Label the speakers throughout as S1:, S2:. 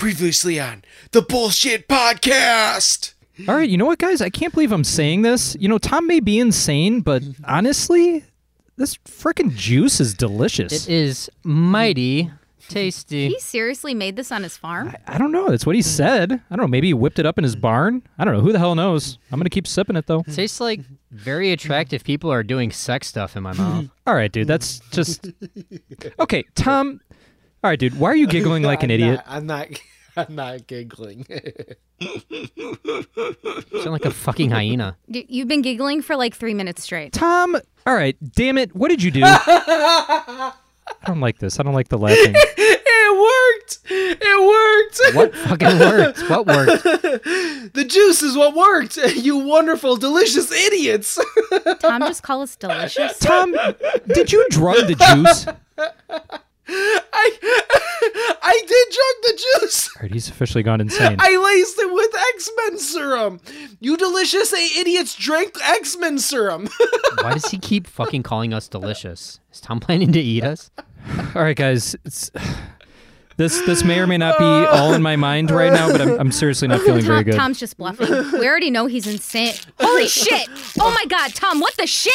S1: Previously on the Bullshit Podcast.
S2: All right, you know what, guys? I can't believe I'm saying this. You know, Tom may be insane, but honestly, this frickin' juice is delicious.
S3: It is mighty tasty.
S4: He seriously made this on his farm?
S2: I don't know. That's what he said. I don't know. Maybe he whipped it up in his barn. I don't know. Who the hell knows? I'm gonna keep sipping it though.
S3: Tastes like very attractive people are doing sex stuff in my mouth.
S2: All right, dude. That's just okay, Tom. All right, dude. Why are you giggling like an
S5: I'm
S2: idiot?
S5: not- I'm not. I'm not giggling.
S3: Sound like a fucking hyena.
S4: D- You've been giggling for like three minutes straight.
S2: Tom. Um, All right. Damn it. What did you do? I don't like this. I don't like the laughing.
S5: it worked. It worked.
S3: What fucking worked? What worked?
S5: The juice is what worked. You wonderful, delicious idiots.
S4: Tom, just call us delicious.
S2: Tom, did you drug the juice? All
S5: I I did drink the juice.
S2: right, he's officially gone insane.
S5: I laced it with X Men serum. You delicious idiots drank X Men serum.
S3: Why does he keep fucking calling us delicious? Is Tom planning to eat us?
S2: All right, guys. It's, this this may or may not be all in my mind right now, but I'm, I'm seriously not feeling
S4: Tom,
S2: very good.
S4: Tom's just bluffing. We already know he's insane. Holy shit! Oh my god, Tom, what the shit?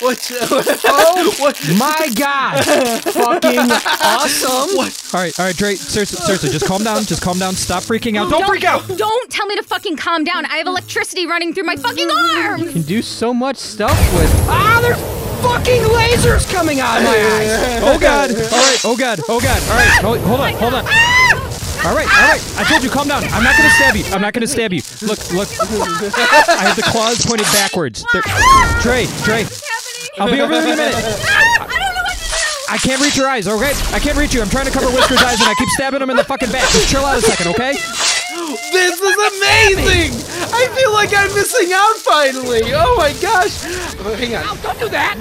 S5: what? Oh, what?
S2: My God!
S3: fucking awesome.
S2: All right, all right, Dre. Seriously, seriously, just calm down. Just calm down. Stop freaking out. Don't, freak out.
S4: Don't tell me to fucking calm down. I have electricity running through my fucking arms!
S3: Can do so much stuff with
S2: Ah, there's fucking lasers coming out of my eyes. Oh God! All right. Oh God. Oh God. All right. Hold, hold on. Hold on. All right, all right. I told you, calm down. I'm not gonna stab you. I'm not gonna stab you. Look, look. I have the claws pointed backwards. There- Dre, Dre. I'll be over there in a minute. I can't reach your eyes, okay? I can't reach you. I'm trying to cover Whisker's eyes and I keep stabbing him in the fucking back. Just chill out a second, okay?
S5: This is amazing. I feel like I'm missing out finally. Oh my gosh. Oh, hang on.
S2: Don't do that!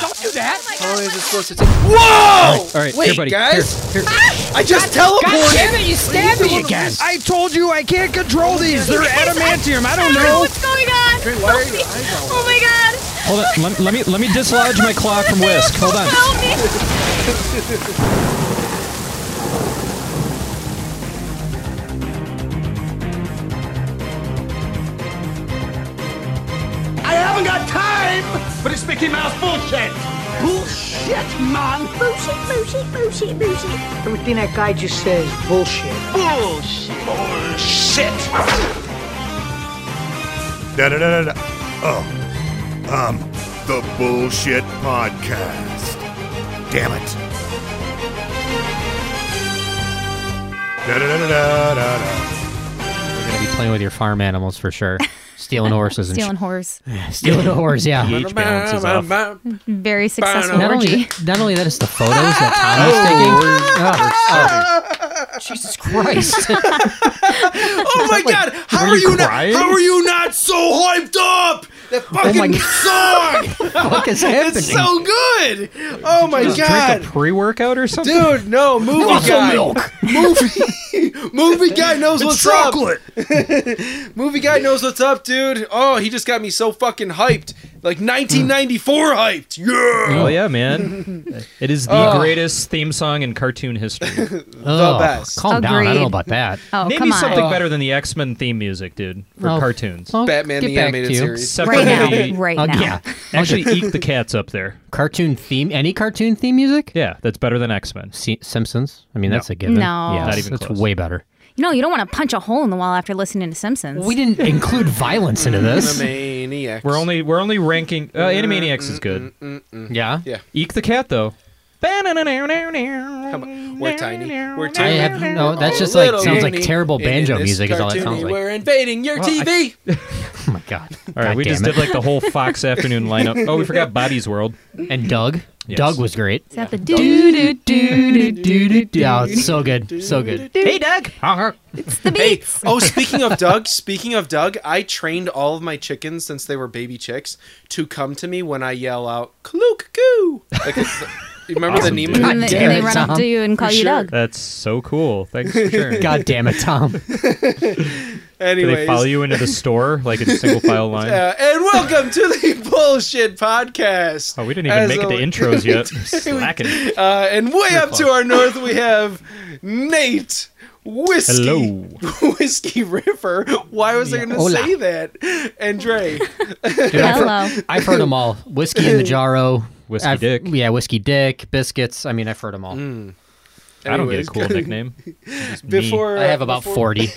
S2: Don't do that!
S5: How long is this supposed to take? Whoa!
S2: All right,
S5: Wait,
S2: here, buddy.
S5: guys. Ah!
S2: Here, here.
S5: I just teleported.
S2: it, you stabbed me again! I told you I can't control these. They're adamantium. I don't know.
S4: What's going on?
S5: Dre, why are your eyes all-
S4: Oh my god!
S2: Hold on. Let, let me let me dislodge my claw from Whisk. Hold on.
S4: Help me!
S6: I haven't got time for this Mickey Mouse bullshit. Bullshit, man.
S7: bullshit, bullshit, bullshit, bullshit. Everything that guy just says, bullshit.
S6: Bullshit. Bullshit.
S8: Da da da da. Oh, um, the bullshit podcast. Damn it. Da da da da da da.
S3: We're gonna be playing with your farm animals for sure. Stealing horses and
S4: Stealing horse.
S3: shit. stealing a horse, yeah.
S5: Ba- ba- ba- ba-
S4: Very successful
S3: Not only,
S4: orgy.
S3: not only that, it's the photos Oh, that Tom is taking. Oh, oh. Jesus Christ.
S5: Oh my god! How are you not? How are you not so hyped up? That
S3: my
S5: fucking song.
S3: fuck is
S5: It's so good. Oh my
S2: Drink a
S5: god,
S2: pre-workout or something.
S5: dude! No movie guy. Movie, movie guy knows what's
S8: Chocolate.
S5: up. Movie guy knows what's up, dude. Oh, he just got me so fucking hyped. Like 1994 hyped. Yeah.
S2: Oh yeah, man! It is the greatest theme song in cartoon history.
S3: Ugh,
S5: best.
S3: Calm down. I don't
S4: Agreed.
S3: know about that.
S4: Oh,
S2: Maybe
S4: come on.
S2: something better than the X Men theme music, dude, for
S3: Oh,
S2: cartoons.
S3: I'll
S5: Batman
S3: get
S5: the
S3: back
S5: animated
S3: to you.
S5: series.
S2: Separate
S4: Right now.
S2: the-
S4: Right
S3: I'll
S4: now.
S3: get-
S2: Actually, eat the cats up there.
S3: Cartoon theme? Any cartoon theme music?
S2: Yeah, that's better than X Men.
S3: Se- Simpsons. I mean, that's a given.
S4: No.
S3: Yeah,
S4: Not
S2: even
S3: that's
S2: close.
S3: way better.
S4: No, you don't want to punch a hole in the wall after listening to Simpsons.
S3: We didn't include violence into this.
S5: Maniacs.
S2: We're only we're only ranking. Uh, Animaniacs is good.
S3: Yeah.
S5: Yeah.
S2: Eek the cat though.
S5: Come on, We're tiny. We're
S3: I
S5: tiny.
S3: have no. That's just
S5: Little
S3: like sounds like
S5: mini
S3: terrible
S5: in
S3: banjo
S5: this
S3: music. Is all that
S5: cartoon,
S3: sounds like.
S5: We're invading your TV.
S3: Oh my god.
S2: All right, we just did like the whole Fox afternoon lineup. Oh, we forgot Bobby's World.
S3: And Doug.
S2: Yes.
S3: Doug was great.
S4: Is that the doo doo doo doo doo?
S3: Yeah, Oh, it's so good. So good. Hey, Doug.
S2: Uh-huh.
S4: It's the
S5: Hey,
S4: beats.
S5: oh, speaking of Doug, speaking of Doug, I trained all of my chickens since they were baby chicks to come to me when I yell out "Klook coo." Like, it's the- you remember
S2: Awesome,
S5: the
S2: dude.
S5: Nemo?
S4: And they,
S3: damn
S4: they
S3: it,
S4: run up
S3: Tom.
S4: to you and call you
S5: sure.
S4: Doug.
S2: That's so cool. Thanks for sharing.
S3: God damn it, Tom.
S2: Do
S5: Anyways,
S2: they follow you into the store like in single file line?
S5: uh, and welcome to the bullshit podcast.
S2: Oh, we didn't even
S5: As
S2: make it to
S5: always-
S2: intros yet. Slacking.
S5: Uh, and way up to our north, we have Nate.
S9: Whiskey.
S10: Hello.
S9: Whiskey River. Why was I going to
S3: Hola.
S9: say that? And Dre.
S4: Hello.
S3: I've heard them all. Whiskey in the Jarro.
S10: Whiskey
S3: I've-
S10: Dick.
S3: Yeah, Whiskey Dick. Biscuits. I mean, I've heard them all.
S10: I don't get a
S9: Mm. Anyways,
S10: cool nickname.
S9: Before
S3: I have
S9: uh,
S3: about
S9: before-
S3: 40.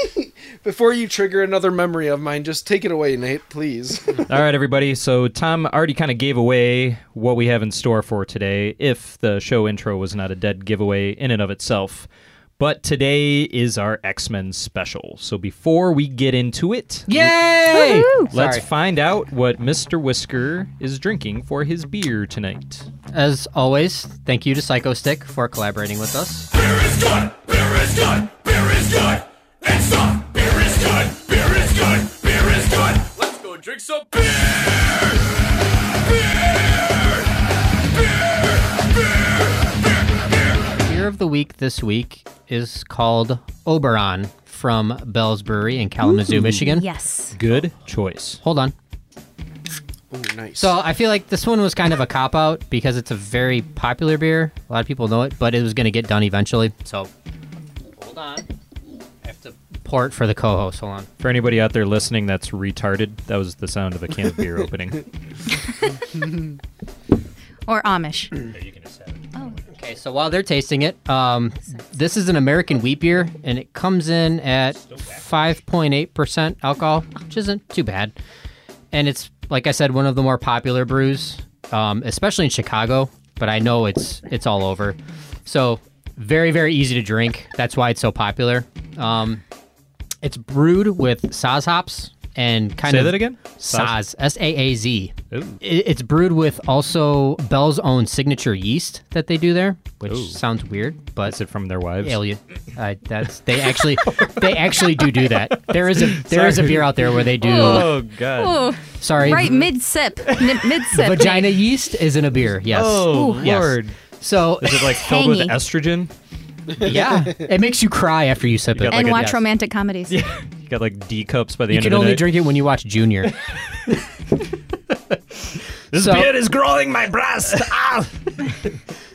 S9: Before you trigger another memory of mine, just take it away, Nate, please.
S10: All right, everybody. So Tom already kind of gave away what we have in store for today, if the show intro was not a dead giveaway in and of itself. But today is our X Men special. So before we get into it,
S3: Yay!
S10: let's
S3: Sorry.
S10: find out what Mr. Whisker is drinking for his beer tonight.
S3: As always, thank you to Psycho Stick for collaborating with us.
S11: Beer is good. Beer is good. Beer is good. And soft. Beer is good. Beer is good. Beer is good. Let's go drink some beer.
S3: Beer of the week this week is called Oberon from Bell's Brewery in Kalamazoo, Michigan.
S4: Yes.
S10: Good choice.
S3: Hold on.
S9: Ooh, nice.
S3: So I feel like this one was kind of a cop out because it's a very popular beer. A lot of people know it, but it was going to get done eventually. So hold on. I have to pour it for the co host. Hold on.
S10: For anybody out there listening that's retarded, that was the sound of a can of beer opening.
S4: Or Amish.
S3: Okay, so while they're tasting it, um, this is an American wheat beer, and it comes in at 5.8% alcohol, which isn't too bad. And it's, like I said, one of the more popular brews, um, especially in Chicago, but I know it's it's all over. So very, very easy to drink. That's why it's so popular. Um, it's brewed with Saz hops and kind
S10: Say
S3: of...
S10: that again?
S3: Saz. S A A Z. I-
S10: Ooh.
S3: It's brewed with also Bell's own signature yeast that they do there, which sounds weird, but
S10: Is it from their wives?
S3: alien. Uh, that's they actually they actually do do that. There is a there is a
S10: Sorry.
S3: beer out there where they do.
S10: Oh, God.
S4: Ooh.
S3: Uh, Sorry,
S4: Right mid sip. mid sip.
S3: vagina yeast is in a beer. Yes.
S10: Oh,
S3: Yes.
S10: Lord.
S3: So
S10: Is it like filled with
S4: Tangy.
S10: estrogen?
S3: yeah, it makes you cry after you sip
S10: You
S3: it.
S10: got, like,
S4: And
S10: a-
S4: watch
S3: Yes.
S4: romantic comedies.
S10: You got like D cups by the
S3: You
S10: end
S3: can
S10: of the
S3: only
S10: night.
S3: drink it when you watch Junior.
S10: this
S3: so-
S10: beer is growing my breast. Ah!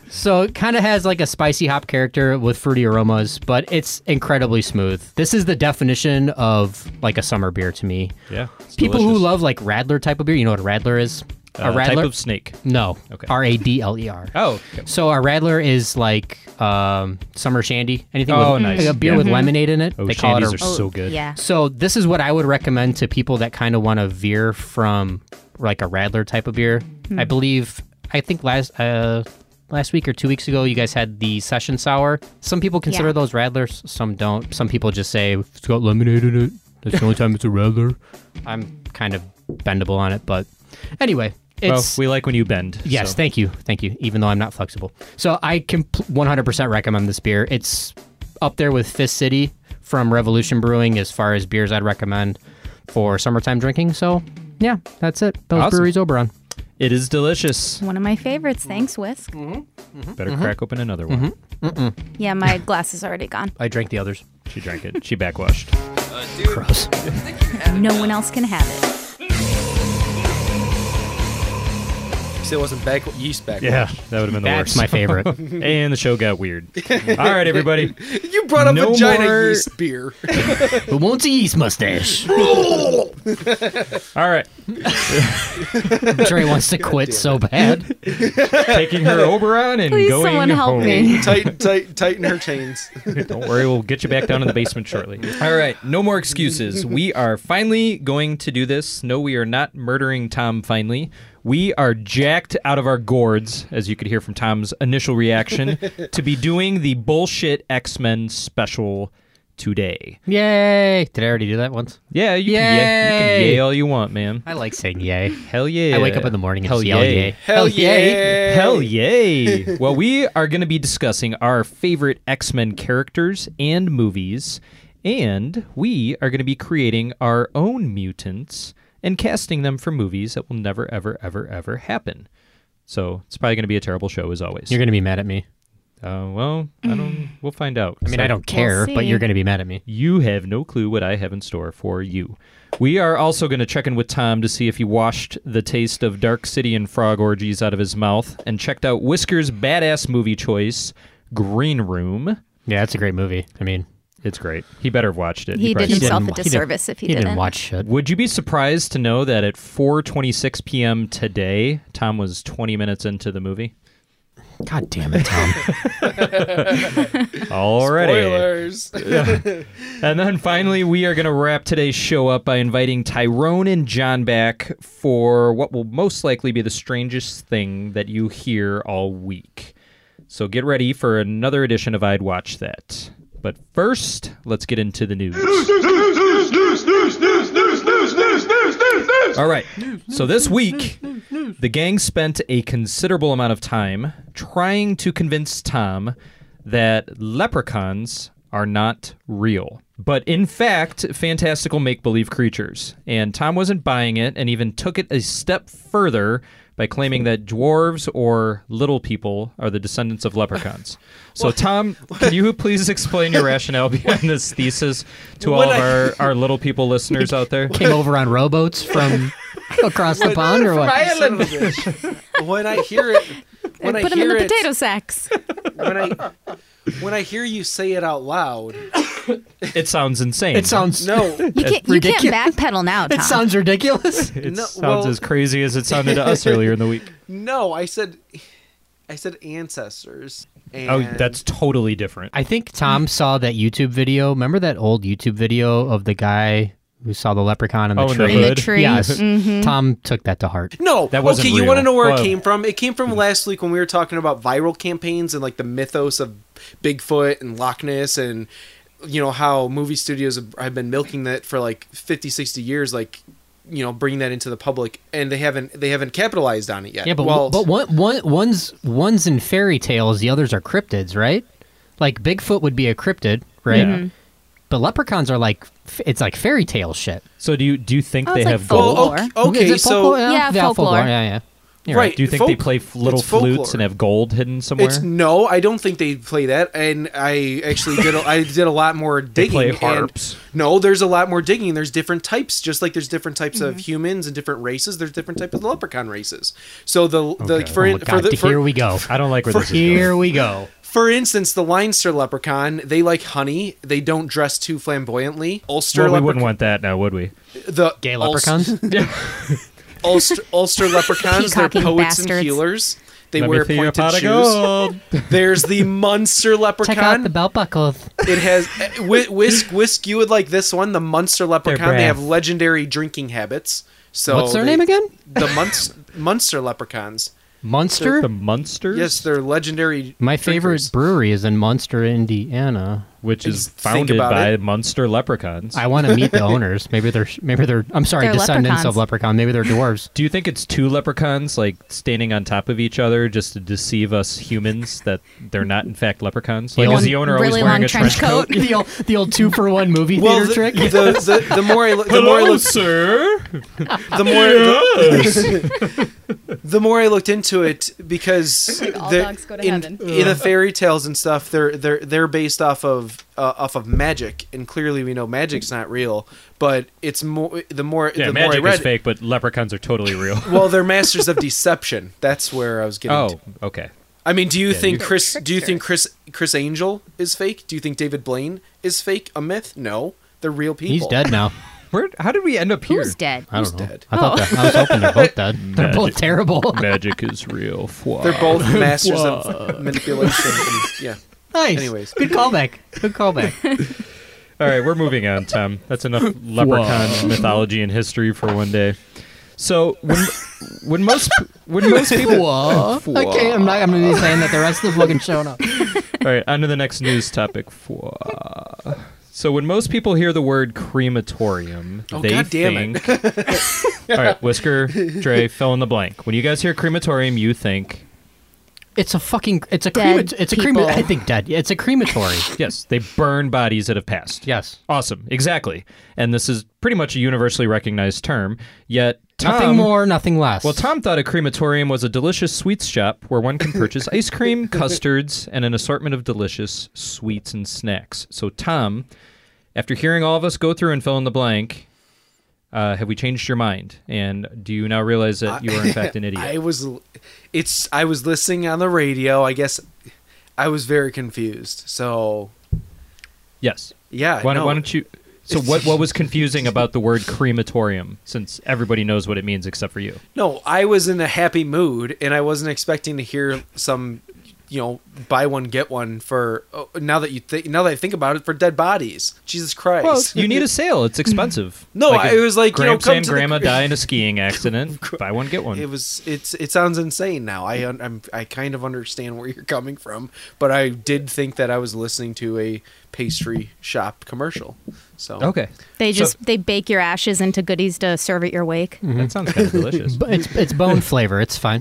S3: So it kind of has like a spicy hop character with fruity aromas, but it's incredibly smooth. This is the definition of like a summer beer to me.
S10: Yeah.
S3: People who love like Radler type of beer, you know what a Radler is? a Radler?
S10: Uh, type of snake.
S3: no.
S10: Okay.
S3: R A D L E R.
S10: Oh,
S3: So a Radler is like um, summer shandy, anything
S10: Oh,
S3: with
S10: nice.
S3: like a beer
S10: Yeah.
S3: with lemonade in it.
S10: Oh,
S3: they call it
S10: shandies
S3: a
S10: are so good.
S4: Yeah.
S3: so this is what I would recommend to people that kind of want to veer from like a Radler type of beer. I believe I think last uh last week or two weeks ago you guys had the session sour. Some people consider
S4: Yeah.
S3: those Radlers, some don't. Some people just say it's got lemonade in it. That's the only time it's a Radler. I'm kind of bendable on it, but anyway,
S10: Well,
S3: it's
S10: we like when you bend.
S3: Yes,
S10: so.
S3: thank you, thank you. Even though I'm not flexible, so I can 100% recommend this beer. It's up there with Fist City from Revolution Brewing as far as beers I'd recommend for summertime drinking. So, yeah, that's it. Bell's
S10: Awesome.
S3: Brewery's Oberon.
S10: It is delicious.
S4: One of my favorites. Thanks, Whisk.
S3: Mm-hmm.
S10: Better crack open another one.
S4: Yeah, my glass is already gone.
S3: I drank the others.
S10: She drank it. She backwashed.
S3: Gross.
S4: No one else can have it.
S9: So it wasn't back yeast back.
S10: Yeah, that would have been the
S3: That's
S10: worst.
S3: my favorite.
S10: and the show got weird. All right, everybody.
S9: You brought up
S10: No
S9: vagina
S10: more-
S9: yeast beer.
S3: Who wants a yeast mustache?
S10: All right.
S3: Trey wants to quit so bad.
S10: Taking her Oberon and
S4: Please,
S10: going
S4: someone help
S10: home.
S4: me.
S9: tighten, tight, tighten her chains.
S10: Don't worry, we'll get you back down in the basement shortly. All right, no more excuses. We are finally going to do this. No, we are not murdering Tom finally. We are jacked out of our gourds, as you could hear from Tom's initial reaction, to be doing the bullshit X Men special today.
S3: Yay! Did I already do that once?
S10: Yeah, you can, yeah, you can
S3: Yay!
S10: yay all you want, man.
S3: I like saying yay.
S10: Hell yeah.
S3: I wake up in the morning and
S10: Hell
S3: just yell
S10: yeah.
S3: yay.
S9: Hell yeah.
S10: Hell yay! well, we are going to be discussing our favorite X Men characters and movies, and we are going to be creating our own mutants and casting them for movies that will never, ever, ever, ever happen. So it's probably going to be a terrible show as always.
S3: You're gonna be mad at me.
S10: uh, well, I don't. We'll find out.
S3: I mean, I don't care, but
S4: see.
S3: you're gonna be mad at me.
S10: You have no clue what I have in store for you. We are also going to check in with Tom to see if he washed the taste of Dark City and frog orgies out of his mouth and checked out Whisker's badass movie choice, Green Room.
S3: Yeah, that's a great movie. I mean,
S10: It's great. He better have watched it.
S5: He
S10: probably
S5: did
S10: should.
S5: himself a
S3: didn't- he didn't-
S5: disservice if he,
S3: He
S5: didn't.
S3: didn't watch shit.
S10: Would you be surprised to know that at 4:26 p.m. today, Tom was 20 minutes into the movie?
S3: God damn it, Tom.
S10: Already.
S9: Spoilers.
S10: And then finally, we are going to wrap today's show up by inviting Tyrone and John back for what will most likely be the strangest thing that you hear all week. So get ready for another edition of I'd Watch That. But first, let's get into the news. All right. So this week, the gang spent a considerable amount of time trying to convince Tom that leprechauns are not real, but in fact, fantastical make believe creatures. And Tom wasn't buying it and even took it a step further by claiming that dwarves or little people are the descendants of leprechauns. So, Tom, can you please explain your rationale behind this thesis to all
S9: What
S10: of
S9: I-
S10: our, our little people listeners out there?
S3: Came over on rowboats from across the pond or what?
S9: when I hear it, when I
S5: Put him in
S9: hear
S5: the
S9: it,
S5: potato sacks.
S9: when I when I hear you say it out loud,
S10: It sounds insane.
S3: It sounds
S9: no,
S5: You can't, you can't
S3: ridiculous.
S5: backpedal now, Tom.
S3: It sounds ridiculous.
S10: It
S9: No,
S10: sounds
S9: well-
S10: as crazy as it sounded to us earlier in the week.
S9: no, I said, I said ancestors. And
S10: Oh, that's totally different.
S3: I think Tom saw that YouTube video. Remember that old YouTube video of the guy who saw the leprechaun in the
S10: Oh, in the
S3: tree?
S5: in the Mm-hmm.
S10: Hood.
S5: tree.
S3: Yes. Tom took that to heart.
S9: No,
S10: That wasn't
S9: okay. You
S10: real.
S9: want to know where
S10: Whoa. Mm-hmm.
S9: it came from? It came from last week when we were talking about viral campaigns and like the mythos of Bigfoot and Loch Ness and you know how movie studios have- have been milking that for like 50 60 years like you know bringing that into the public and they haven't they haven't capitalized on it yet
S3: Yeah, but
S9: well
S3: but one, one one's one's in fairy tales, the others are cryptids, right? Like Bigfoot would be a cryptid, right?
S5: Mm-hmm.
S10: Yeah. Mhm.
S3: But leprechauns are like f- it's like fairy tale shit.
S10: So do you do you think
S5: Oh,
S10: they
S5: it's like
S10: have
S5: folk-
S10: gold?
S9: Oh, okay,
S5: Folklore.
S9: okay,
S3: Is it
S9: so
S3: folklore?
S5: Yeah, folklore.
S3: Yeah, yeah. You're
S9: Right.
S10: Do you think
S9: Folk-
S10: they play f- little
S9: it's folklore.
S10: flutes and have gold hidden somewhere?
S9: it's no i don't think they play that and i actually did a, i did a lot more digging
S10: play
S9: and-
S10: harps.
S9: no there's a lot more digging there's different types just like there's different types of humans and different races there's different types of leprechaun races so the, the like, for,
S3: Oh
S9: in-
S3: my
S9: for
S3: God,
S9: the for,
S3: here we go.
S10: I don't like where this is going.
S3: Here we go.
S9: for instance the leinster leprechaun they like honey they don't dress too flamboyantly ulster
S10: Well, we
S9: leprechaun
S10: wouldn't want that now, would we?
S9: the
S3: Gay
S9: Ulst-
S3: leprechauns.
S9: ulster, ulster leprechauns they're
S5: Peacocking
S9: poets and
S5: bastards.
S9: healers they
S10: Let me
S9: wear
S10: think
S9: pointed
S10: about a
S9: shoes.
S10: gold.
S9: There's the Munster leprechaun.
S3: Check out the belt buckle.
S9: It has eh, whi- whisk whisk. You would like this one, the Munster leprechaun. They
S10: brass.
S9: have legendary drinking habits. So
S3: What's their
S9: they-
S3: name again?
S9: The Munster, Munster leprechauns.
S3: Munster.
S10: the Munsters?
S9: Yes, they're legendary.
S3: My favorite
S9: drinkers.
S3: brewery is in Munster, Indiana.
S10: Which is
S9: Just think
S10: founded
S9: about
S10: by
S9: it.
S10: Munster leprechauns.
S3: I want to meet the owners. Maybe they're maybe they're I'm sorry,
S5: They're
S3: descendants
S5: leprechauns.
S3: of leprechaun. Maybe they're dwarves.
S10: do you think it's two leprechauns like standing on top of each other just to deceive us humans that they're not in fact leprechauns? Like is
S3: old-
S10: the owner
S5: really
S10: always wearing
S5: long
S10: a trench,
S5: trench coat?
S3: the old the old two for one movie theater
S9: Well, the,
S3: trick.
S9: the, the, the more I look, the more I
S10: Hello,
S9: look,
S10: sir.
S9: the more the more I looked into it because
S5: all
S9: the-
S5: dogs go to
S9: in,
S5: heaven.
S9: in the fairy tales and stuff, they're they're they're based off of uh, off of magic, and clearly we know magic's not real. But it's more the more
S10: Yeah,
S9: the more I
S10: magic
S9: read,
S10: is fake, but leprechauns are totally real.
S9: well, they're masters of deception. That's where I was getting.
S10: oh,
S9: to.
S10: okay.
S9: I mean, do you think
S10: you-
S9: Chris? Do you think Chris Chris Angel is fake? Do you think David Blaine is fake? A myth? No, they're real people.
S3: He's dead now.
S10: Where? How did we end up here?
S4: Who's dead?
S3: I don't know.
S9: dead?
S3: I thought that, I was hoping they're both dead. They're both
S10: Magic.
S3: terrible.
S10: Magic is real. Fwa.
S9: They're both masters of manipulation. And, yeah.
S3: Nice.
S9: Anyways.
S3: Good callback. Good callback.
S10: All right, we're moving on, Tom. That's enough leprechaun mythology and history for one day. So when when most when most people all
S3: okay, I'm not I'm gonna be saying that the rest of the fucking show now.
S10: right on to the next news topic. Fwa. So when most people hear the word crematorium,
S9: Oh,
S10: they
S9: God damn
S10: think. all right, Whisker, Dre, fill in the blank. When you guys hear crematorium, you think
S3: It's a fucking it's a
S5: Dead
S3: crema- it's a
S5: people.
S3: crema- I think dead. Yeah, It's a crematory.
S10: yes, they burn bodies that have passed.
S3: yes.
S10: Awesome, exactly. And this is pretty much a universally recognized term. Yet Tom,
S3: Nothing more, nothing less.
S10: Well, Tom thought a crematorium was a delicious sweets shop where one can purchase ice cream, custards, and an assortment of delicious sweets and snacks. So, Tom, after hearing all of us go through and fill in the blank, uh, have we changed your mind? And do you now realize that you are in fact an idiot?
S9: I was, it's. I was listening on the radio. I guess I was very confused. So
S10: Yes.
S9: Yeah,
S10: Why, don't-
S9: no.
S10: why don't you? So what? What was confusing about the word crematorium? Since everybody knows what it means except for you.
S9: No, I was in a happy mood and I wasn't expecting to hear some, you know, buy one get one for oh, now that you think now that I think about it for dead bodies. Jesus Christ.
S10: Well, you need a sale. It's expensive.
S9: No,
S10: a
S9: it was like, you know,
S10: Gramps
S9: come
S10: and
S9: to the-
S10: grandma die in a skiing accident. Buy one, get one.
S9: it was it's it sounds insane now. I un- I'm, I kind of understand where you're coming from, but I did think that I was listening to a pastry shop commercial. So
S10: okay.
S4: They
S10: So-
S4: just they bake your ashes into goodies to serve at your wake.
S3: Mm-hmm.
S9: Mm-hmm.
S10: That sounds kind of delicious.
S3: But it's it's bone flavor. It's fine.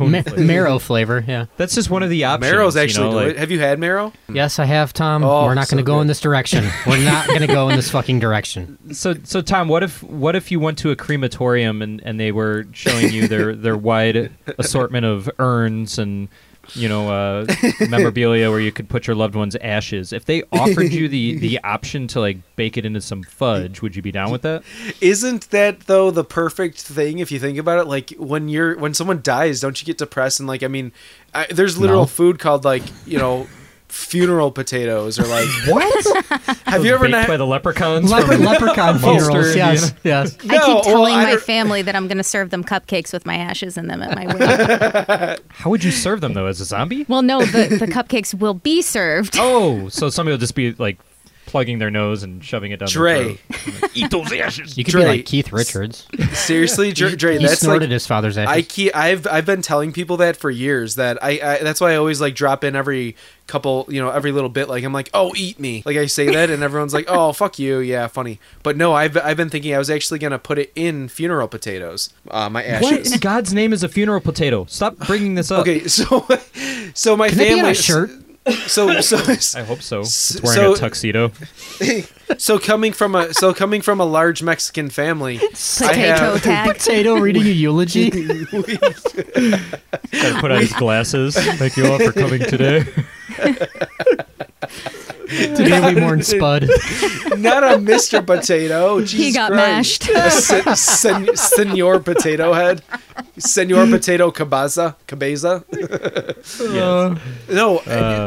S3: Ma- Marrow flavor. Yeah.
S10: That's just one of the options.
S9: Marrow's
S10: you
S9: actually
S10: know,
S9: deli-
S10: like-
S9: Have you had marrow?
S3: Yes, I have, Tom.
S9: Oh,
S3: We're not
S9: so
S3: going to go in
S9: good.
S3: this direction. We're not going to go in this fucking direction.
S10: So, so Tom, what if what if you went to a crematorium and, and they were showing you their, their wide assortment of urns and you know uh, memorabilia where you could put your loved one's ashes? If they offered you the, the option to like bake it into some fudge, would you be down with that?
S9: Isn't that though the perfect thing if you think about it? Like when you're when someone dies, don't you get depressed? And like I mean, I, there's literal
S3: No.
S9: food called like you know funeral potatoes or like
S10: What?
S9: have you ever
S10: baked
S9: not?
S10: by the leprechauns?
S3: Leper-
S10: from- Monster,
S3: leprechaun funerals. Yes,
S10: Indiana.
S3: yes.
S4: I
S9: well,
S4: keep telling
S9: I
S4: my
S9: don't-
S4: family that I'm going to serve them cupcakes with my ashes in them at my wake.
S10: How would you serve them though? As a zombie?
S4: well, no, the, the cupcakes will be served.
S10: Oh, so somebody will just be like plugging their nose and shoving it down their
S9: Dre,
S10: throat.
S12: Eat those ashes.
S3: You could
S9: Dre.
S3: be like Keith Richards.
S9: seriously, Dre, Dre
S3: he
S9: that's like
S3: snorted his father's
S9: I
S3: ashes.
S9: keep, I've I've been telling people that for years that I, I that's why I always like drop in every couple you know every little bit like I'm like oh eat me like I say that and everyone's like oh fuck you yeah funny but no I've I've been thinking I was actually gonna put it in funeral potatoes uh, my
S10: What
S9: ashes
S10: in God's name is a funeral potato? Stop bringing this up.
S9: okay so so my
S3: Can it
S9: family
S3: be on a shirt?
S9: so so
S10: I hope so.
S9: S-
S10: It's wearing a
S9: so-
S10: tuxedo.
S9: so coming from a so coming from a large Mexican family I
S4: Potato
S9: have,
S4: tag.
S3: Potato reading a eulogy.
S10: Gotta put on his glasses. Thank you all for coming today.
S3: Today we mourn Spud.
S9: not a Mr. Potato
S4: He
S9: Jesus
S4: got
S9: Christ.
S4: mashed.
S9: sen- sen- senor potato head senor potato cabaza cabeza no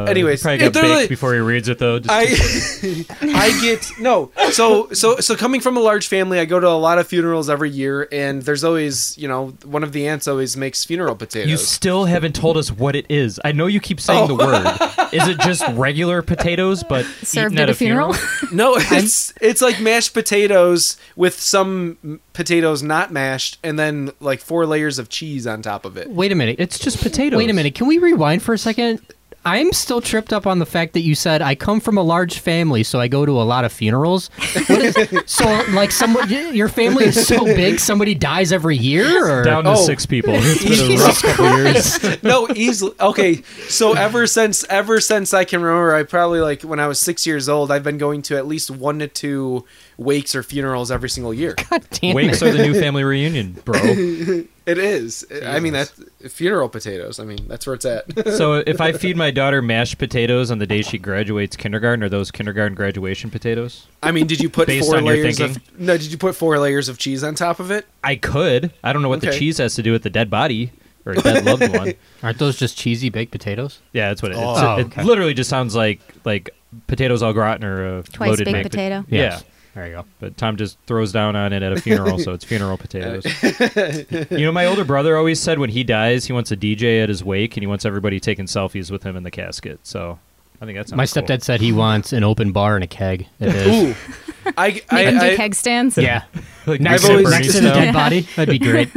S9: anyways
S10: uh, probably got
S9: they're
S10: baked
S9: like-
S10: before he reads it though. Just
S9: I, I get no. So so so coming from a large family, I go to a lot of funerals every year, and there's always you know one of the aunts always makes funeral potatoes.
S10: you still haven't told us what it is. I know you keep saying
S9: Oh.
S10: the word. Is it just regular potatoes, but
S4: Served
S10: eaten
S4: at a funeral?
S9: No, it's it's like mashed potatoes with some m- potatoes not mashed, and then like four layers of cheese on top of it.
S3: Wait a minute.
S10: It's just potatoes.
S3: Wait a minute. Can we rewind for a second? I'm still tripped up on the fact that you said I come from a large family, so I go to a lot of funerals. What is, so, like, someone, y- your family is so big, somebody dies every year, or
S10: Down to
S9: Oh.
S10: six people. It's been a
S9: Jesus
S10: rough couple years.
S9: no, easily. Okay, so ever since ever since I can remember, I probably like when I was six years old, I've been going to at least one to two wakes or funerals every single year.
S3: God damn
S10: Wakes
S3: it.
S10: are the new family reunion, bro.
S9: It is. I mean, that's funeral potatoes. I mean, that's where it's at.
S10: So if I feed my daughter mashed potatoes on the day she graduates kindergarten, are those kindergarten graduation potatoes?
S9: I mean, did you put
S10: Based
S9: four
S10: on your
S9: layers of
S10: thinking.
S9: no? Did you put four layers of cheese on top of it?
S10: I could. I don't know what
S9: Okay.
S10: the cheese has to do with the dead body or a dead loved one.
S3: Aren't those just cheesy baked potatoes?
S10: Yeah, that's what it is.
S3: Oh,
S10: it,
S3: okay.
S10: literally just sounds like like potatoes au gratin or a
S4: Twice
S10: loaded
S4: baked
S10: mashed pot-
S4: potato.
S10: Yeah.
S3: Yes. There you go.
S10: But Tom just throws down on it at a funeral, so it's funeral potatoes. you know, my older brother always said when he dies, he wants a DJ at his wake, and he wants everybody taking selfies with him in the casket. So I think that's
S3: My stepdad said he wants an open bar and a keg. It is.
S9: Ooh, I
S4: Make them do
S9: I, I,
S4: keg stands.
S3: Yeah.
S10: Like
S3: Next,
S9: I've
S3: to,
S9: always-
S3: next to the dead body. That'd be great.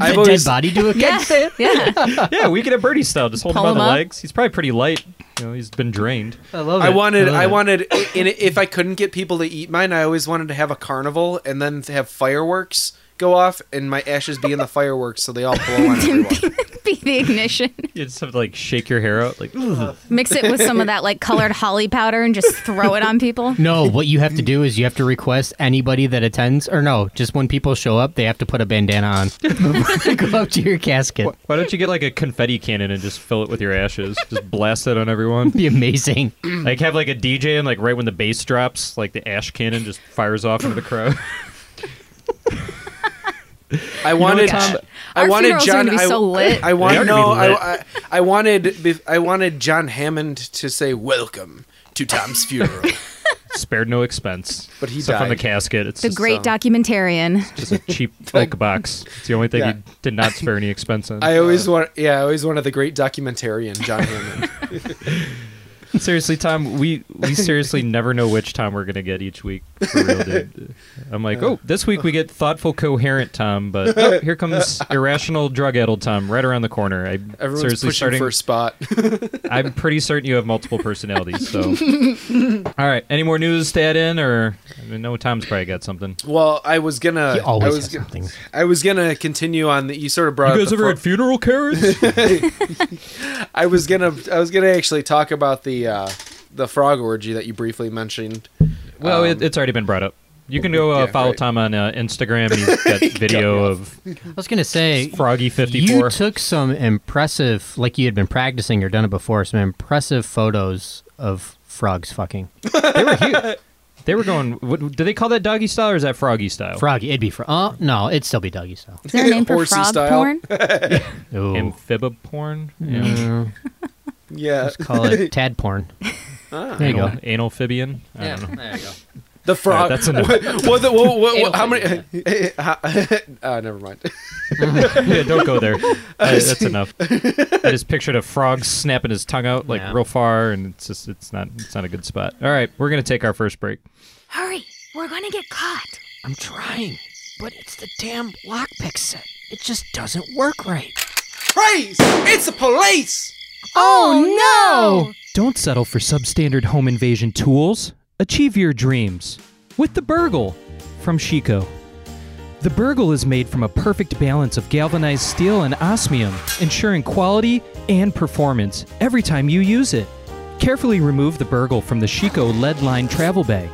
S9: I've
S3: the
S9: always-
S3: dead body do a keg
S4: Yeah.
S3: stand?
S4: yeah.
S10: yeah, we could have Birdie style. Just hold him
S4: Pull
S10: by the
S4: him up.
S10: legs. He's probably pretty light. You know, he's been drained.
S3: I love it.
S9: I wanted
S3: love
S9: I
S3: it.
S9: wanted in if I couldn't get people to eat mine, I always wanted to have a carnival and then to have fireworks go off and my ashes be in the fireworks so they all blow on everyone.
S4: Be the ignition.
S10: You just have to like shake your hair out. Like, "Ugh."
S4: Mix it with some of that like colored holly powder and just throw it on people.
S3: No, what you have to do is you have to request anybody that attends, or no, just when people show up, they have to put a bandana on. Go up to your casket.
S10: why don't you get like a confetti cannon and just fill it with your ashes? Just blast it on everyone.
S3: Be amazing.
S10: Like have like a DJ and like right when the bass drops, like the ash cannon just fires off into the crowd.
S9: I wanted
S4: Tom?
S9: I
S4: Our
S9: wanted
S4: funerals are
S9: John
S4: gonna be
S9: I,
S4: so lit.
S9: I
S10: They
S9: want
S10: are
S9: no
S10: gonna be lit.
S9: I, I I wanted I wanted John Hammond to say welcome to Tom's funeral.
S2: spared no expense.
S9: But he
S2: except from the
S9: died.
S2: casket. It's
S4: the
S2: just,
S4: great
S3: uh,
S2: um,
S4: documentarian.
S2: just a cheap oak box. It's the only thing
S9: Yeah.
S2: he did not spare any expense on.
S9: I always want, yeah, I always wanted the great documentarian John Hammond.
S2: seriously, Tom, we we seriously never know which Tom we're gonna get each week. For real, dude. I'm like, oh, this week we get thoughtful, coherent Tom, but oh, here comes irrational, drug-addled Tom right around the corner. I
S9: Everyone's
S2: seriously
S9: pushing
S2: starting.
S9: for a spot.
S2: I'm pretty certain you have multiple personalities. So, all right, any more news to add in, or I mean, no? Tom's probably got something.
S9: Well, I was gonna.
S3: He always
S9: I was
S3: has
S9: gonna,
S3: something.
S9: I was gonna continue on the. You sort of brought up the fo-
S2: funeral carriage?
S9: I was gonna. I was gonna actually talk about the uh, the frog orgy that you briefly mentioned.
S2: well,
S9: Um,
S2: it, it's already been brought up. You can go uh,
S9: Yeah,
S2: follow
S9: right.
S2: Tom on uh, Instagram. He's got video of
S3: I was gonna say you
S2: Froggy54.
S3: took some impressive, like you had been practicing or done it before, some impressive photos of frogs fucking
S2: they were huge. They were going. What, do they call that doggy style or is that froggy style?
S3: froggy. It'd be frog. Oh no, it'd still be doggy style.
S4: Is there a name for
S9: Horsey
S4: frog
S9: style.
S4: porn?
S3: Ooh.
S2: Amphibib porn.
S3: Mm,
S9: Yeah, Ah.
S3: call it tad porn. There you go.
S2: Anal, analphibian. I
S3: Yeah,
S2: don't know. Uh,
S3: there you go.
S9: the frog.
S2: that's enough.
S9: What, what, the- what, what- what- how
S3: Anal-
S9: many? how- uh, never mind.
S2: yeah, don't go there. I, that's enough. I just pictured a frog snapping his tongue out like
S3: Yeah.
S2: real far, and it's just it's not it's not a good spot. All right, we're gonna take our first break.
S5: Hurry, we're gonna get caught.
S3: I'm trying, but it's the damn lockpick set. It just doesn't work right.
S9: Praise! It's the police.
S2: Oh no! Don't settle for substandard home invasion tools. Achieve your dreams with the Burgle from Chico. The Burgle is made from a perfect balance of galvanized steel and osmium, ensuring quality and performance every time you use it. Carefully remove the Burgle from the Chico lead lined travel bag.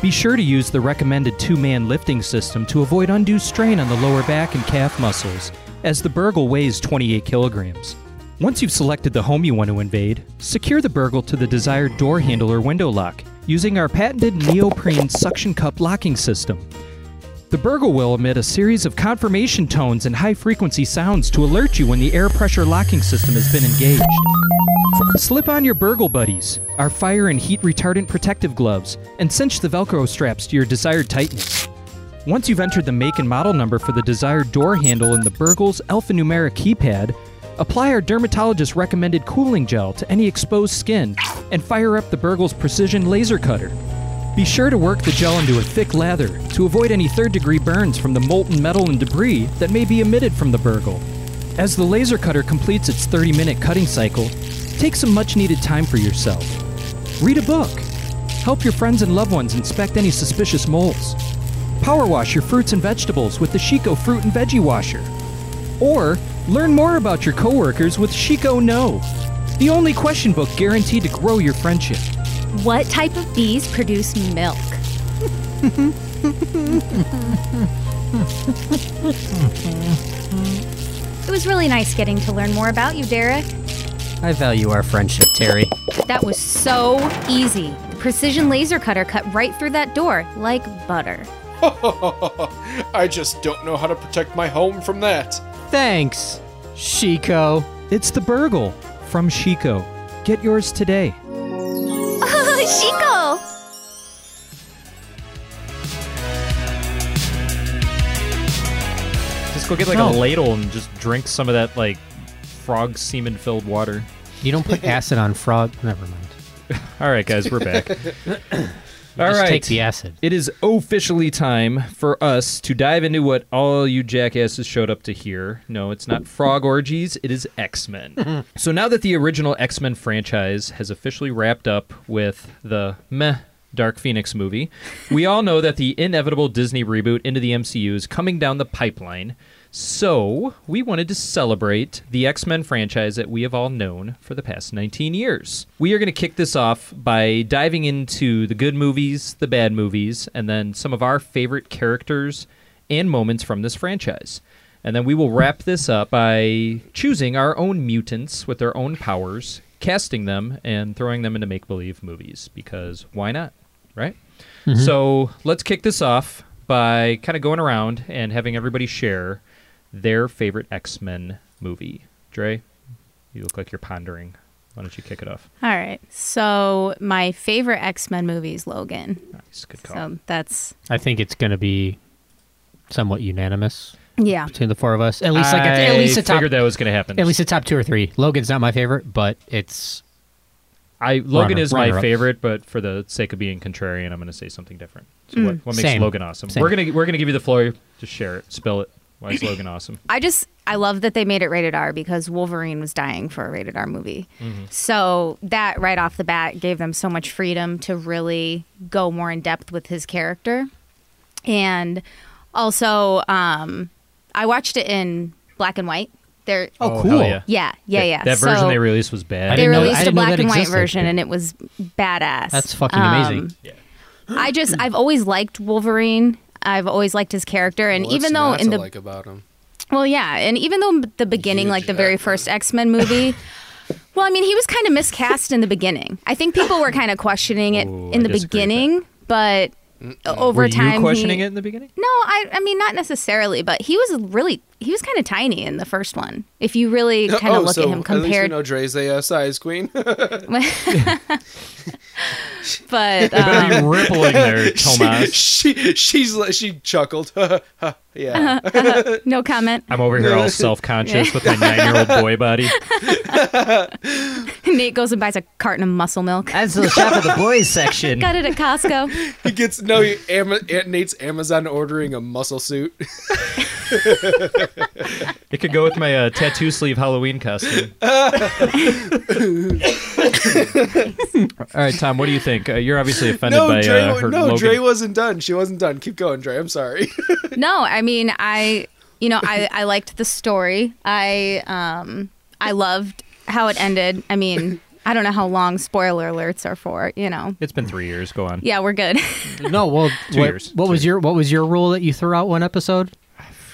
S2: Be sure to use the recommended two man lifting system to avoid undue strain on the lower back and calf muscles, as the burgle weighs 28 kilograms. Once you've selected the home you want to invade, secure the burgle to the desired door handle or window lock using our patented neoprene suction cup locking system. The burgle will emit a series of confirmation tones and high frequency sounds to alert you when the air pressure locking system has been engaged. Slip on your Burgle Buddies, our fire and heat retardant protective gloves, and cinch the Velcro straps to your desired tightness. Once you've entered the make and model number for the desired door handle in the Burgle's alphanumeric keypad, apply our dermatologist recommended cooling gel to any exposed skin and fire up the Burgle's precision laser cutter. Be sure to work the gel into a thick lather to avoid any third degree burns from the molten metal and debris that may be emitted from the burgle. As the laser cutter completes its 30 minute cutting cycle, take some much needed time for yourself. Read a book. Help your friends and loved ones inspect any suspicious moles. Power wash your fruits and vegetables with the Chico Fruit and Veggie Washer. Or learn more about your coworkers with Chico No, the only question book guaranteed to grow your friendship.
S4: What type of bees produce milk?
S5: It was really nice getting to learn more about you, Derek.
S3: I value our friendship, Terry.
S5: That was so easy. The precision laser cutter cut right through that door like butter.
S9: I just don't know how to protect my home from that.
S3: Thanks, Chico.
S2: It's the Burgle from Chico. Get yours today.
S5: Chico!
S2: Just go get like a
S3: No.
S2: ladle and just drink some of that like frog semen filled water.
S3: You don't put acid on frog. Never mind.
S2: All right, guys, we're back. All right.
S3: Just take the acid.
S2: It is officially time for us to dive into what all you jackasses showed up to hear. No, it's not frog orgies, it is X Men. so now that the original X Men franchise has officially wrapped up with the meh Dark Phoenix movie, we all know that the inevitable Disney reboot into the MCU is coming down the pipeline. So we wanted to celebrate the X Men franchise that we have all known for the past 19 years. We are going to kick this off by diving into the good movies, the bad movies, and then some of our favorite characters and moments from this franchise. And then we will wrap this up by choosing our own mutants with their own powers, casting them, and throwing them into make believe movies because why not? Right?
S3: Mm-hmm.
S2: So let's kick this off by kind of going around and having everybody share their favorite X Men movie. Dre, you look like you're pondering.
S10: Why don't you kick it off?
S4: All right. So my favorite X Men movie is Logan.
S10: Nice, good
S4: call. So that's
S3: I think it's going to be somewhat unanimous.
S4: Yeah.
S3: between the four of us, at least like a, at
S10: I
S3: least a top.
S10: figured that was gonna happen.
S3: At least a top two or three. Logan's not my favorite, but it's
S10: I Logan
S3: Runner-
S10: is my
S3: runner-up.
S10: favorite, but for the sake of being contrarian, I'm going to say something different. So what,
S4: Mm.
S10: what makes
S3: Same.
S10: Logan awesome?
S3: Same.
S10: We're gonna we're gonna give you the floor. Just share it, spill it. Why is Logan awesome?
S4: I just I love that they made it rated R because Wolverine was dying for a rated R movie.
S10: Mhm.
S4: So that right off the bat gave them so much freedom to really go more in depth with his character. And also um I watched it in black and white. There
S10: Oh, cool. hell yeah.
S4: Yeah, yeah,
S10: That-
S4: yeah.
S10: that version
S4: So
S10: they released was bad. I
S4: They
S10: didn't know- I
S4: released a
S10: didn't know
S4: black
S10: that
S4: and white
S10: existed.
S4: version and it was badass.
S3: that's fucking
S4: Um,
S3: amazing.
S4: I just I've always liked Wolverine. I've always liked his character, and
S9: Well, that's
S4: even though
S9: not
S4: in
S9: to
S4: the
S9: like about him.
S4: well, yeah, and even though the beginning, like the very first X Men movie. Well, I mean, he was kind of miscast in the beginning. I think people were kind of questioning it
S10: Ooh,
S4: in
S10: I
S4: the
S10: disagree with
S4: beginning, but over
S9: Mm.
S10: Were you
S4: time,
S10: questioning
S4: he-
S10: it in the beginning?
S4: No, I, I mean, not necessarily, but he was really, he was kind of tiny in the first one. If you really kind of
S9: oh,
S4: look
S9: so
S4: at him
S9: At least we
S4: compared,
S9: know Dre's a uh, size queen.
S4: but
S10: Better
S4: um,
S10: be rippling there,
S9: she,
S10: Tomas.
S9: she she's like- she chuckled. yeah.
S4: no comment.
S10: I'm over here all self conscious with my nine year old boy body.
S4: Nate goes and buys a carton of muscle milk.
S3: That's the shop of the boys section.
S4: Got it at Costco.
S9: He gets no he- Ama- Aunt Nate's Amazon ordering a muscle suit.
S10: It could go with my uh, tattoo sleeve Halloween costume. All right, Tom, what do you think? Uh, you're obviously offended
S9: no,
S10: by
S9: Dre,
S10: uh, her
S9: no,
S10: Logan.
S9: Dre wasn't done. She wasn't done. Keep going, Dre. I'm sorry.
S4: No, I mean I you know, I, I liked the story. I um I loved how it ended. I mean, I don't know how long spoiler alerts are for, you know.
S10: it's been three years. Go on.
S4: Yeah, we're good.
S3: No, well,
S10: Two
S3: what,
S10: years.
S3: what
S10: Two
S3: was your what was your rule that you threw out one episode?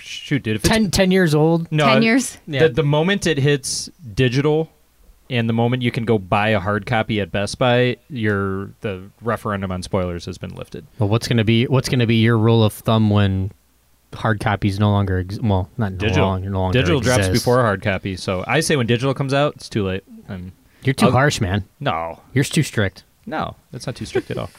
S10: Shoot, dude. If it's
S3: Ten, 10 years old.
S10: No,
S4: 10 years?
S10: The,
S3: Yeah.
S10: the moment it hits digital and the moment you can go buy a hard copy at Best Buy, your the referendum on spoilers has been lifted.
S3: Well, what's gonna be what's gonna be your rule of thumb when hard copies no longer ex- well not no
S10: Digital
S3: long- no longer
S10: digital drops
S3: exist.
S10: before hard copy, so I say when digital comes out, it's too late. I'm,
S3: You're too
S10: I'll-
S3: harsh, man.
S10: no,
S3: You're too strict.
S10: no, that's not too strict at all.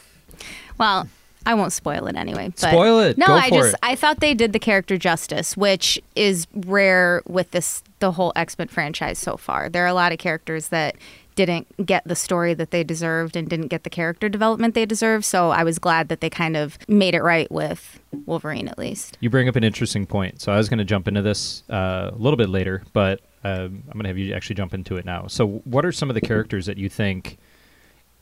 S4: Well, I won't spoil it anyway. But
S10: Spoil it.
S4: No,
S10: Go
S4: I
S10: for
S4: just
S10: it.
S4: I thought they did the character justice, which is rare with this the whole X Men franchise so far. There are a lot of characters that didn't get the story that they deserved and didn't get the character development they deserved. So I was glad that they kind of made it right with Wolverine at least.
S10: You bring up an interesting point. So I was going to jump into this uh, a little bit later, but um, I'm going to have you actually jump into it now. So, what are some of the characters that you think,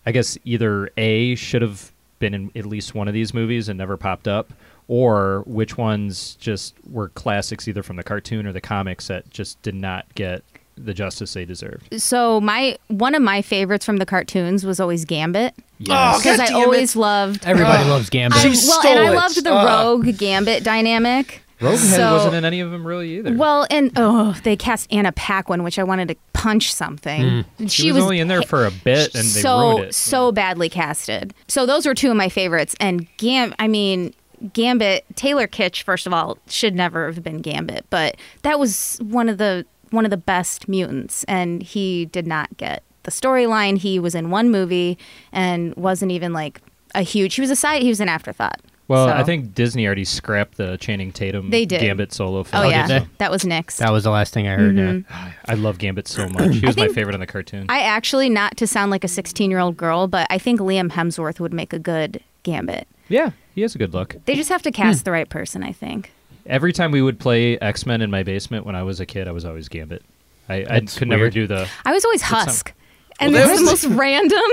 S10: I guess, either A, should have been in at least one of these movies and never popped up, or which ones just were classics either from the cartoon or the comics that just did not get the justice they deserved?
S4: So my one of my favorites from the cartoons was always Gambit
S10: Yes. Oh,
S4: because I always loved
S3: Everybody loves Gambit.
S4: I, well, and I
S9: stole it.
S4: loved the Rogue Gambit dynamic.
S10: Ah. Rogue
S4: So-
S10: wasn't in any of them really either.
S4: Well, and oh, they cast Anna Paquin, which I wanted to punch something.
S10: Hmm. she, was, only in there for a bit and they
S4: so
S10: ruined it.
S4: so badly casted. So those were two of my favorites. And Gam, I mean Gambit, Taylor Kitsch, first of all, should never have been Gambit, but that was one of the one of the best mutants, and he did not get the storyline. He was in one movie and wasn't even like a huge. He was a side. He was an afterthought.
S10: Well,
S4: So-
S10: I think Disney already scrapped the Channing Tatum
S4: They did.
S10: Gambit solo
S4: Oh
S10: film.
S4: yeah,
S3: they?
S4: that was next. Mm-hmm.
S3: that was the last thing I heard. yeah.
S10: I love Gambit so much. He was my favorite on the cartoon.
S4: I actually, not to sound like a 16 year old girl, but I think Liam Hemsworth would make a good gambit.
S10: yeah, he has a good look.
S4: They just have to cast
S3: Hmm.
S4: the right person, I think.
S10: Every time we would play X Men in my basement when I was a kid, I was always Gambit. I, I
S3: That's
S10: could never
S3: weird.
S10: do the.
S4: I was always
S10: sound-
S4: Husk. And that's the most random.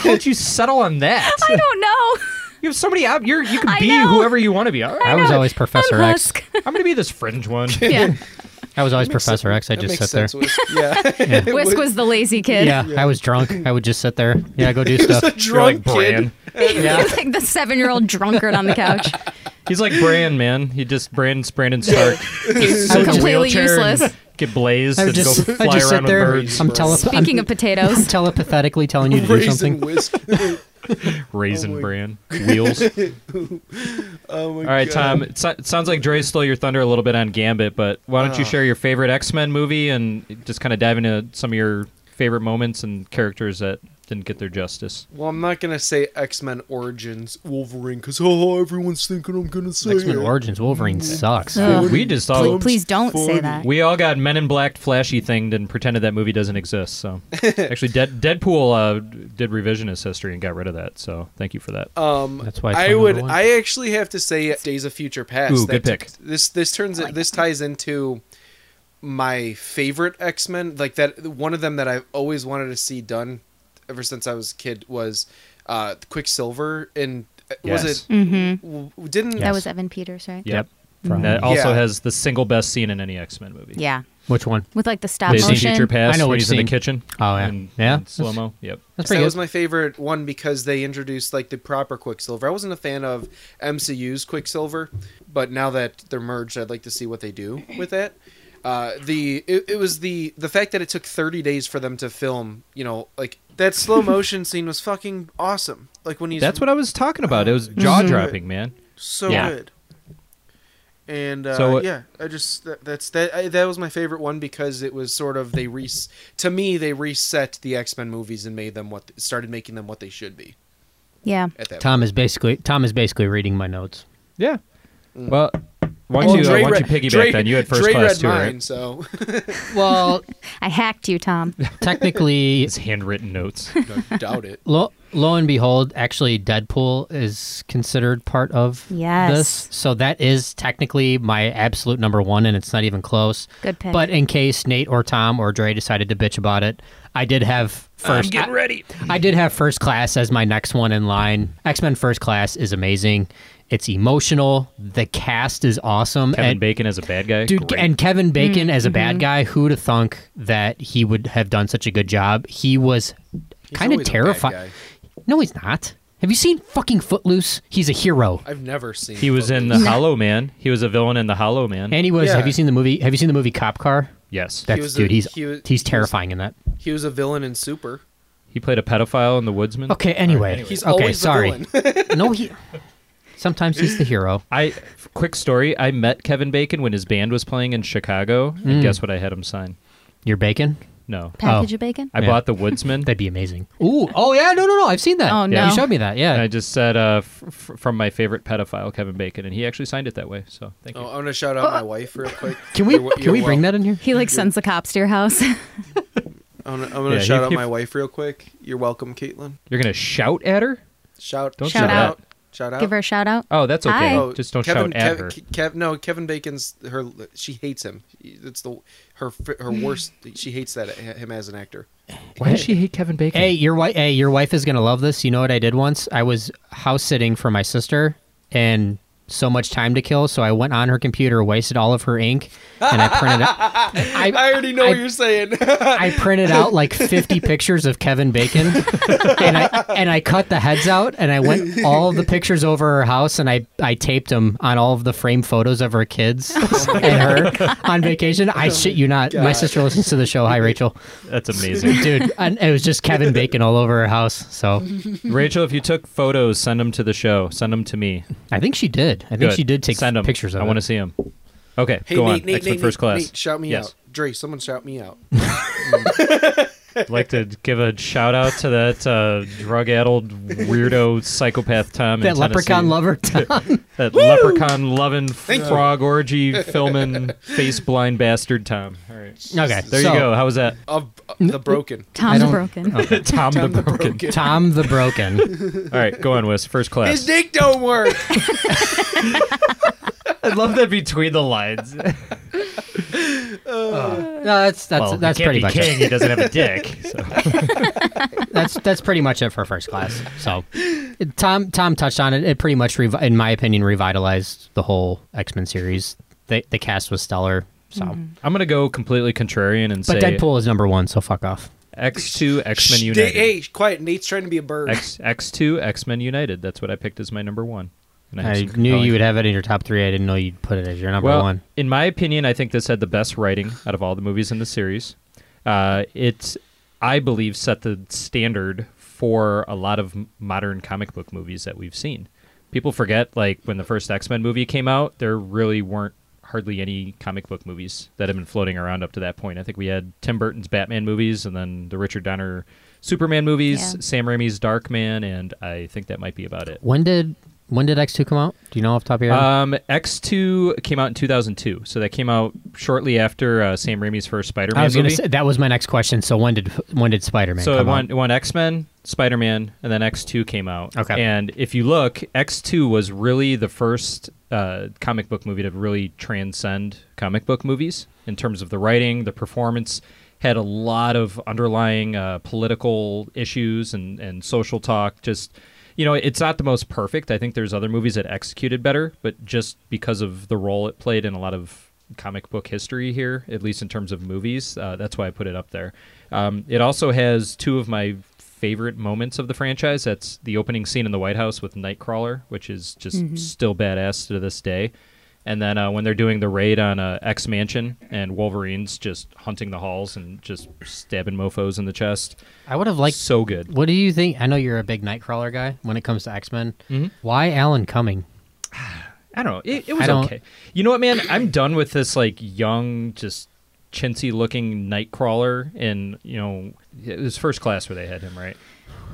S10: How'd you settle on that?
S4: I don't know.
S10: You have so many. Op- you're you can
S4: I
S10: be
S4: know.
S10: whoever you want to be. All right,
S3: I was always Professor
S4: I'm
S3: X.
S4: Husk.
S10: I'm gonna be this fringe one.
S4: Yeah.
S3: I was always Professor X. I
S9: That
S3: just
S9: makes
S3: sit there.
S9: sense, Whisk. Yeah.
S4: Whisk was the lazy kid.
S3: Yeah, I was drunk. I would just sit there. Yeah, go do stuff.
S10: You're like
S9: Drunk
S10: Bran.
S9: kid.
S4: He was like the seven year old drunkard on the couch.
S10: He's like Bran, man. He just Bran's Brandon Stark. Just sit in a
S4: Completely
S10: wheelchair and
S4: useless.
S10: Get blazed
S3: I
S10: and
S3: would just,
S10: go
S3: I
S10: fly
S3: would just
S10: around
S3: sit
S10: with
S3: there.
S10: birds.
S3: I'm, telep- I'm,
S4: Speaking of
S3: I'm
S4: potatoes,
S3: telepathetically telling you to do something.
S9: Raisin whisk.
S10: Raisin Bran wheels.
S9: Oh my
S10: All right,
S9: God.
S10: Tom. It, so- it sounds like Dre stole your thunder a little
S9: Ah.
S10: bit on Gambit, but why don't you share your favorite X Men movie and just kind of dive into some of your favorite moments and characters that didn't get their justice.
S9: Well, I'm not gonna say X Men Origins Wolverine because oh, everyone's thinking I'm gonna say
S3: X Men
S9: it.
S3: Origins Wolverine sucks.
S10: Ugh. We just all-
S4: Please, please don't say that.
S10: We all got Men in Black flashy thinged and pretended that movie doesn't exist. So actually, Dead, Deadpool uh, did revisionist history and got rid of that. So thank you for that.
S9: Um,
S10: That's why it's my
S9: I
S10: number
S9: would.
S10: one.
S9: I actually have to say Days of Future Past.
S10: Ooh, good
S9: That-
S10: pick.
S9: This this turns it. this ties into my favorite X Men. Like that one of them that I've always wanted to see done ever since I was a kid was uh, Quicksilver and was
S10: Yes. Mm-hmm.
S4: Mhm.
S9: it w- didn't
S4: That was Evan Peters, right?
S10: Yep.
S4: From-
S10: That also
S9: Yeah.
S10: has the single best scene in any X Men movie.
S4: Yeah.
S3: Which one?
S4: With like the stop
S10: Days of
S4: motion.
S10: Future Past.
S3: I know
S10: when
S3: which
S10: he's in the
S3: scene.
S10: kitchen.
S3: Oh, yeah.
S10: and-
S3: Yeah?
S10: and slow mo. Yep.
S9: So that was my favorite one because they introduced like the proper Quicksilver. I wasn't a fan of MCU's Quicksilver, but now that they're merged, I'd like to see what they do with that. Uh, the it, it was the the fact that it took 30 days for them to film. You know, like that slow motion scene was fucking awesome. Like when he's
S10: That's what I was talking about. It was jaw dropping, man.
S9: Mm-hmm. so
S10: Yeah.
S9: good. And uh,
S10: So, uh,
S9: yeah, I just that, that's that I, that was my favorite one because it was sort of they re to me they reset the X Men movies and made them what started making them what they should be.
S4: Yeah.
S9: At that
S3: Tom is basically Tom is basically reading my notes.
S10: Yeah.
S9: Mm.
S10: Well, why don't
S3: Well,
S10: you, uh,
S3: Dre
S10: why don't you
S3: read-
S10: piggyback
S3: Dre-
S10: then? You had first
S3: Dre
S10: class
S3: read
S10: too,
S3: mine,
S10: right?
S9: So,
S3: well,
S4: I hacked you, Tom.
S3: Technically,
S10: it's handwritten notes.
S9: doubt it.
S3: Lo, lo and behold, actually, Deadpool is considered part of
S4: Yes.
S3: this. So that is technically my absolute number one, and it's not even close.
S4: Good pick.
S3: But in case Nate or Tom or Dre decided to bitch about it, I did have first.
S10: getting
S3: I-
S10: ready.
S3: I did have first class as my next one in line. X Men First Class is amazing. It's emotional. The cast is awesome.
S10: Kevin
S3: and-
S10: Bacon as a bad guy.
S3: Dude,
S10: Great.
S3: and Kevin
S9: Mm,
S3: Bacon as a bad
S9: mm-hmm.
S10: Mhm.
S3: guy, who'd have thunk that he would have done such a good job? He was kind of
S9: always a bad
S3: terrified.
S9: guy.
S3: No, he's not. Have you seen fucking Footloose? He's a hero.
S9: I've never seen.
S10: he was in the Hollow Man. He was a villain in the Hollow Man.
S3: And he was.
S9: Yeah.
S3: Have you seen the movie? Have you seen the movie Cop Car?
S10: Yes.
S3: That's
S9: He was a-
S3: dude. he's
S9: he was- he was-
S3: he's terrifying in that.
S9: He was a villain in Super.
S10: He played a pedophile in The Woodsman.
S3: Okay. Anyway.
S9: He's
S3: okay.
S9: always the
S3: sorry.
S9: villain.
S3: no, he. Sometimes he's the hero.
S10: I f- quick story. I met Kevin Bacon when his band was playing in Chicago, and
S3: Mm.
S10: guess what? I had him sign.
S3: Your bacon? Oh.
S10: No
S4: Package of bacon?
S10: I
S4: Yeah.
S10: bought the Woodsman.
S3: That'd be amazing. Ooh. Oh yeah. No. No. No. I've seen that.
S4: Oh,
S3: You
S4: no.
S3: showed me that. Yeah.
S10: And I just said uh, f- f- from my favorite pedophile, Kevin Bacon, and he actually signed it that way. So thank
S9: Oh, I'm gonna shout out my wife real quick.
S3: Can we
S9: You're wel-
S3: can
S9: you're
S3: we bring
S9: wel-
S3: that in here?
S4: He like sends the cops to your house.
S9: I'm gonna, I'm gonna
S10: Yeah,
S9: shout
S10: he-
S9: out
S10: he-
S9: my wife real quick. You're welcome, Caitlin.
S10: You're gonna shout at her?
S9: Shout
S10: Don't
S9: shout
S10: do that.
S9: out. Shout out.
S4: Give her a shout out.
S10: Oh, that's okay.
S4: Hi.
S10: Oh, Just don't
S9: Kevin,
S10: shout at
S9: Kev-
S10: her.
S9: Kev, no, Kevin Bacon's her. She hates him. It's the her her
S4: Mm.
S9: worst. she hates that him as an actor.
S10: Why does she hate Kevin Bacon?
S3: Hey, your wife. Hey, your wife is gonna love this. You know what I did once? I was house sitting for my sister, and so much time to kill. So I went on her computer, wasted all of her ink, and I printed. out, I,
S9: already know what you're saying.
S3: I printed out like fifty pictures of Kevin Bacon, and I and I cut the heads out, and I went all the pictures over her house, and I I taped them on all of the frame photos of her kids and her on vacation. I shit you not. My
S10: God.
S3: sister listens to the show. Hi, Rachel.
S10: That's amazing.
S3: dude. And it was just Kevin Bacon all over her house. So
S10: Rachel, if you took photos, send them to the show. Send them to me.
S3: I think she did. I think she did take
S10: send 'em.
S3: pictures of
S10: I want
S3: it.
S10: to see them. Okay,
S9: Hey,
S10: go
S9: Nate,
S10: on.
S9: Nate,
S10: X-Men
S9: Nate,
S10: First
S9: Nate,
S10: Class.
S9: Nate, shout me
S10: yes.
S9: out. Dre, someone shout me out.
S10: I'd like to give a shout out to that uh, drug-addled weirdo psychopath Tom. in
S3: That
S10: Tennessee.
S3: leprechaun lover, Tom.
S10: that
S3: Woo!
S10: leprechaun loving
S3: Thank you.
S10: frog orgy filming face blind bastard Tom. All right.
S3: Okay,
S10: There
S3: so-
S10: you go. How was that?
S9: Of uh, the broken.
S4: Tom
S3: I
S4: the
S3: don't-
S4: Broken.
S10: Okay. Tom, the, broken.
S3: Tom the broken.
S10: All right, go on, Wes. First class.
S9: His dick don't work.
S10: I love that between the lines.
S3: no,
S10: Uh,
S3: that's that's
S10: Well, he
S3: that's
S10: can't
S3: pretty
S10: be
S3: much
S10: king,
S3: it.
S10: he doesn't have a dick,
S3: that's that's pretty much it for first class. So Tom Tom touched on it. It pretty much, revi- in my opinion, revitalized the whole X Men series. The the cast was stellar. So,
S10: I'm gonna go completely contrarian and say
S3: but Deadpool is number one. So fuck off.
S10: X2 X Men
S9: Shh,
S10: United.
S9: Hey, quiet. Nate's trying to be a bird.
S10: X X2 X Men United. That's what I picked as my number one. And have some
S3: I knew
S10: compelling-
S3: you would have it in your top three. I didn't know you'd put it as your number
S10: well,
S3: one.
S10: In my opinion, I think this had the best writing out of all the movies in the series. Uh, it, I believe, set the standard for a lot of m- modern comic book movies that we've seen. People forget, like when the first X Men movie came out, there really weren't hardly any comic book movies that have been floating around up to that point. I think we had Tim Burton's Batman movies, and then the Richard Donner Superman movies,
S3: Yeah.
S10: Sam Raimi's Darkman, and I think that might be about it.
S3: When did when did X two come out? Do you know off the top of your head?
S10: Um, X2 came out in 2002, so that came out shortly after uh, Sam Raimi's first Spider-Man
S3: I was
S10: movie.
S3: gonna say that was my next question. So when did when did Spider Man?
S10: so it
S3: come
S10: won,
S3: out?
S10: it won X-Men, Spider-Man, and then X2 came out.
S3: Okay.
S10: And if you look, X2 was really the first uh, comic book movie to really transcend comic book movies in terms of the writing, the performance. Had a lot of underlying uh, political issues and, and social talk. Just, you know, it's not the most perfect. I think there's other movies that executed better, but just because of the role it played in a lot of comic book history here, at least in terms of movies. Uh, that's why I put it up there. Um, it also has two of my favorite moments of the franchise. That's the opening scene in the White House with Nightcrawler, which is just
S13: Mhm.
S10: still badass to this day. And then uh, when they're doing the raid on uh, X Mansion and Wolverine's just hunting the halls and just stabbing mofos in the chest.
S3: I would have liked
S10: so good.
S3: What do you think? I know you're a big Nightcrawler guy when it comes to X Men.
S10: Mm-hmm.
S3: Why Alan Cumming?
S10: I don't know. It, it
S3: I
S10: was
S3: don't-
S10: okay. You know what, man? I'm done with this like young, just chintzy looking Nightcrawler. And you know, it was first class where they had him, right?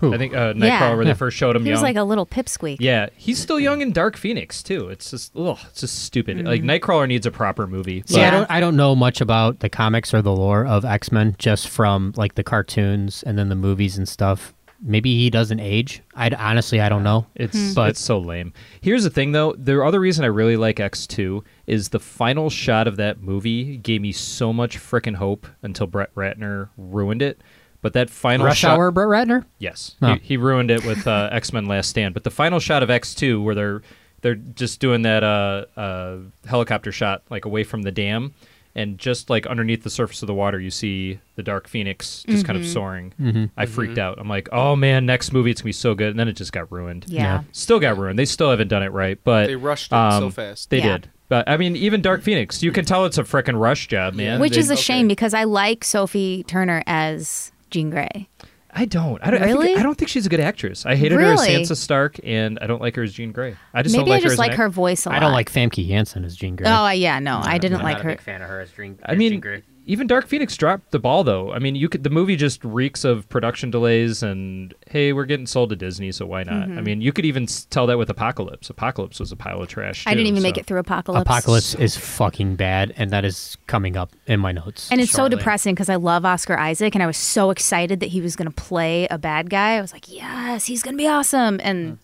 S10: I think uh, Nightcrawler
S4: Yeah.
S10: where
S4: Yeah.
S10: they first showed him
S4: He
S10: young.
S4: was like a little pipsqueak.
S10: yeah, he's still young in Dark Phoenix too. It's just, ugh, it's just stupid. Like
S9: Mm-hmm.
S3: Mhm.
S10: Nightcrawler needs a proper movie.
S3: See, I don't I don't know much about the comics or the lore of X Men just from like the cartoons and then the movies and stuff. Maybe he doesn't age. I honestly I don't know.
S4: Hmm.
S10: It's
S3: but
S10: it's so lame. Here's the thing though, the other reason I really like X2 is the final shot of that movie gave me so much frickin' hope until Brett Ratner ruined it. But that final
S3: Rush
S10: shot,
S3: Hour, Brett Ratner?
S10: Yes,
S3: Oh.
S10: he, he ruined it with uh, X Men Last Stand. But the final shot of X2, where they're they're just doing that uh, uh, helicopter shot like away from the dam, and just like underneath the surface of the water, you see the Dark Phoenix just kind of
S13: Mhm.
S10: soaring.
S3: Mm-hmm.
S13: Mhm.
S10: I freaked
S13: Mhm.
S10: out. I'm like, oh man, next movie it's gonna be so good, and then it just got ruined.
S13: Yeah. Yeah.
S10: still got ruined. They still haven't done it right, but um,
S9: They rushed it so fast.
S10: They
S9: Yeah.
S10: did. But I mean, even Dark Phoenix, you can tell it's a frickin' rush job, man.
S4: Which
S10: They-
S4: is a shame because I like Sophie Turner as Jean Grey.
S10: I don't. I don't, I,
S4: Really?
S10: think, I don't think she's a good actress. I hated her
S4: Really?
S10: as Sansa Stark, and I don't like her as Jean Grey. I just
S4: Maybe
S10: don't like
S4: I just
S10: her as an
S4: like
S10: act-
S4: her voice a lot.
S3: I don't like Famke Janssen as Jean Grey.
S4: Oh yeah, no, I didn't like her.
S3: fan of her as Jean.
S10: I mean, even Dark Phoenix dropped the ball though. I mean, you could the movie just reeks of production delays and hey, we're getting sold to Disney, so why not? I
S4: Mhm.
S10: mean, you could even s- tell that with Apocalypse. Apocalypse was a pile of trash.
S4: I didn't
S10: too,
S4: even make
S10: so-
S4: it through Apocalypse.
S3: Apocalypse is fucking bad, and that is coming up in my notes.
S4: And it's
S3: shortly.
S4: so depressing because I love Oscar Isaac, and I was so excited that he was going to play a bad guy. I was like, yes, he's going to be awesome. And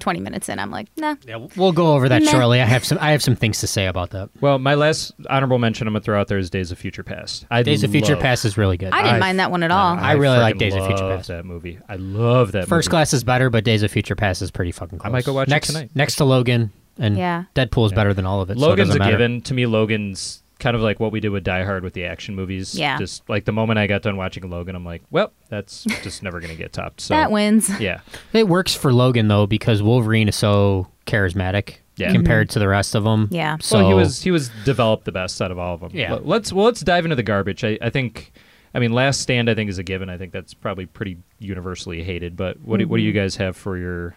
S4: 20 minutes in, I'm like, nah.
S3: Yeah, we'll go over that
S4: Meh.
S3: shortly. I have some I have some things to say about that.
S10: Well, my last honorable mention I'm gonna throw out there is Days of Future Past. I
S3: Days of Future
S10: love-
S3: Past is really good.
S4: I didn't mind that one at all.
S3: I really like
S10: freaking
S3: Days of Future
S10: love
S3: Past.
S10: That movie, I love that.
S3: First
S10: movie.
S3: Class is better, but Days of Future Past is pretty fucking close.
S10: might go watch it
S3: next,
S10: tonight.
S3: Next to Logan, and
S4: Yeah.
S3: Deadpool is better than all of it. so it
S10: Logan's
S3: doesn't
S10: a
S3: matter.
S10: given to me. Logan's kind of like what we did with Die Hard with the action movies.
S4: Yeah.
S10: Just like the moment I got done watching Logan, I'm like, well, that's just never gonna get topped. So
S4: That wins.
S10: Yeah.
S3: It works for Logan though because Wolverine is so charismatic
S10: Yeah.
S3: compared to the rest of them.
S4: Yeah.
S3: So
S10: well, he was he was developed the best out of all of them.
S3: Yeah.
S10: Let- Let's well let's dive into the garbage. I, I think, I mean, Last Stand I think is a given. I think that's probably pretty universally hated. But what do, what do you
S4: Mm-hmm.
S3: Mhm.
S10: guys have for your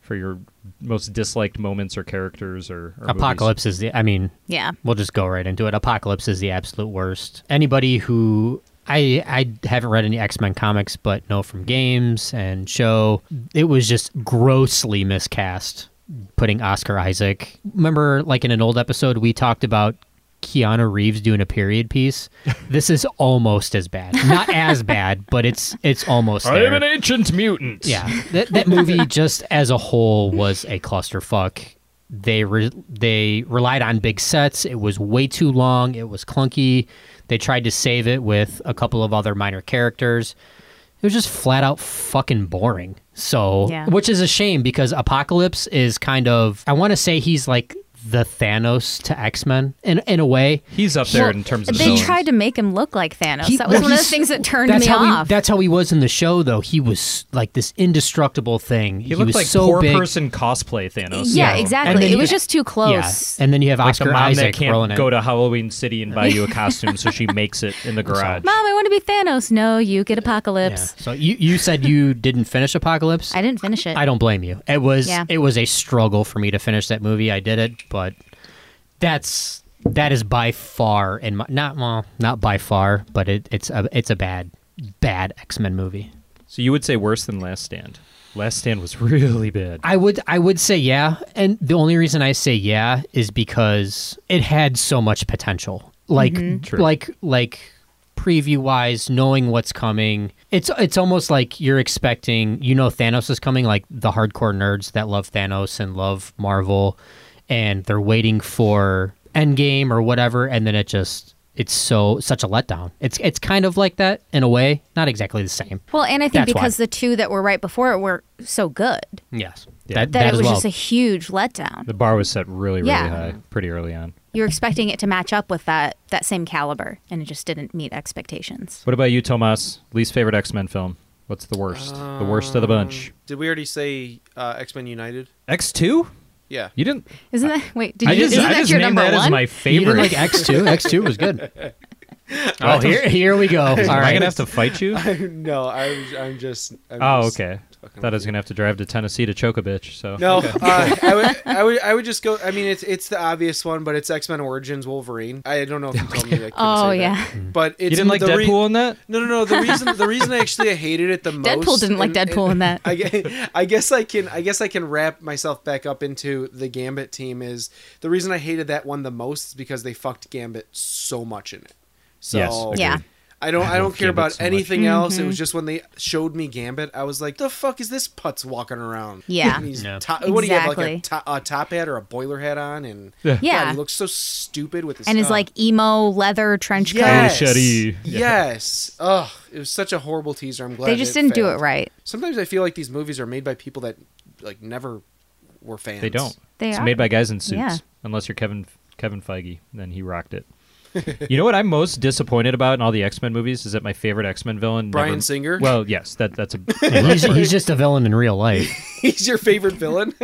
S10: for your most disliked moments or characters or, or movies?
S3: Apocalypse is the. I mean,
S4: Yeah.
S3: We'll just go right into it. Apocalypse is the absolute worst. Anybody who I I haven't read any X Men comics, but know from games and show, it was just grossly miscast. Putting Oscar Isaac. Remember, like in an old episode, we talked about Keanu Reeves doing a period piece. this is almost as bad. Not as bad, but it's it's almost.
S10: I
S3: there.
S10: am an ancient mutant.
S3: Yeah, that, that movie just as a whole was a clusterfuck. They re- they relied on big sets. It was way too long. It was clunky. They tried to save it with a couple of other minor characters. It was just flat out fucking boring. So,
S13: Yeah.
S3: which is a shame because Apocalypse is kind of I want to say he's like the Thanos to X Men in in a way.
S10: He's up
S4: Well, they tried to make him look like Thanos.
S3: He-
S4: that was
S3: well,
S4: one of the
S3: he's-
S4: things that turned
S3: that's
S4: me
S3: how
S4: off.
S3: He, that's how he was in the show, though. He was like this indestructible thing.
S10: He looked
S3: was
S10: like
S3: so
S10: poor
S3: big.
S10: person cosplay Thanos.
S4: yeah,
S10: though.
S3: And
S4: exactly.
S3: then
S4: It
S3: you-
S4: was just too close.
S3: And then you have
S10: Like
S3: Oscar
S10: the mom
S3: Isaac
S10: that can't
S3: rolling it.
S10: go to Halloween City and buy you a costume, so she makes it in the garage.
S4: Mom, I want to be Thanos. No, you get Apocalypse.
S3: So you you said you didn't finish Apocalypse.
S4: I didn't finish it.
S3: I don't blame you. It was
S4: Yeah.
S3: it was a struggle for me to finish that movie. I did it, but that's That is by far in my not well, not by far, but it, it's a it's a bad bad X Men movie.
S10: So you would say worse than Last Stand. Last Stand was really bad.
S3: I would I would say yeah, and the only reason I say yeah is because it had so much potential. Like
S4: Mm-hmm.
S10: Mhm. True.
S3: like like preview wise, knowing what's coming. It's it's almost like you're expecting you know Thanos is coming, like the hardcore nerds that love Thanos and love Marvel and they're waiting for Endgame or whatever and then it just it's so such a letdown. It's it's kind of like that in a way, not exactly the same.
S4: Well, and I think
S3: That's why.
S4: because the two that were right before it were so good
S3: Yes.
S4: that, it was just a huge letdown.
S10: The bar was set really, really
S4: Yeah.
S10: high pretty early on.
S4: You were expecting it to match up with that that same caliber, and it just didn't meet expectations.
S10: What about you, Tomas? Least favorite X Men film? What's the worst? the worst of the bunch.
S9: Did we already say uh, X Men United?
S10: X two?
S9: Yeah.
S10: You didn't.
S4: Isn't that wait? Did
S10: I
S4: you,
S10: just-
S4: isn't
S10: I
S4: that
S10: just
S4: your
S10: named
S4: number
S10: that as
S4: one?
S10: my You didn't favorite. like
S3: X2? X2 was good.
S10: Oh, here,
S3: here we go. All
S10: Am I
S3: right.
S10: gonna have to fight you?
S9: no, I was, I'm just. I'm
S10: oh,
S9: just
S10: okay.
S9: fucking
S10: Thought I was gonna have to drive to Tennessee to choke a bitch. So
S9: No,
S10: Okay.
S9: uh, I, would, I would I would just go. I mean, it's it's the obvious one, but it's X Men Origins Wolverine. I don't know if you told me. That I couldn't
S4: Oh,
S9: say that.
S4: yeah.
S9: but
S10: Mm. You
S9: it's
S10: didn't like
S9: the re-
S10: Deadpool in that?
S9: No, no, no. The reason the reason I actually hated it the most.
S4: Deadpool didn't like Deadpool in that.
S9: I, gue- I guess I can I guess I can wrap myself back up into the Gambit team. Is the reason I hated that one the most is because they fucked Gambit so much in it. So
S10: Yes, agreed. Yeah.
S9: I don't.
S10: I
S9: I don't
S10: love
S9: care
S10: Gambit
S9: about
S10: so much.
S9: anything
S4: Mm-hmm.
S9: else. It
S10: Mhm.
S9: was just when they showed me Gambit, I was like, "The fuck is this putz walking around?"
S4: Yeah.
S9: And he's
S4: Yeah.
S9: to- what do you have like a,
S4: Exactly.
S9: to- a top hat or a boiler hat on? And
S10: Yeah.
S9: God,
S4: Yeah.
S9: he looks so stupid with his
S4: and is
S9: oh.
S4: like emo leather trench coat.
S9: Yes.
S10: Machete. e. Yeah.
S9: Yes. Ugh. It was such a horrible teaser. I'm glad
S4: They just didn't do
S9: failed.
S4: it right.
S9: Sometimes I feel like these movies are made by people that like never were fans.
S10: They don't.
S4: They
S10: it's
S4: are.
S10: made by guys in suits.
S4: Yeah.
S10: Unless you're Kevin Kevin Feige, then he rocked it. you know what I'm most disappointed about in all the X Men movies is that my favorite X Men villain,
S9: Bryan
S10: never-
S9: Singer?
S10: Well, yes, that that's a.
S3: he's, he's just a villain in real life.
S9: He's your favorite villain.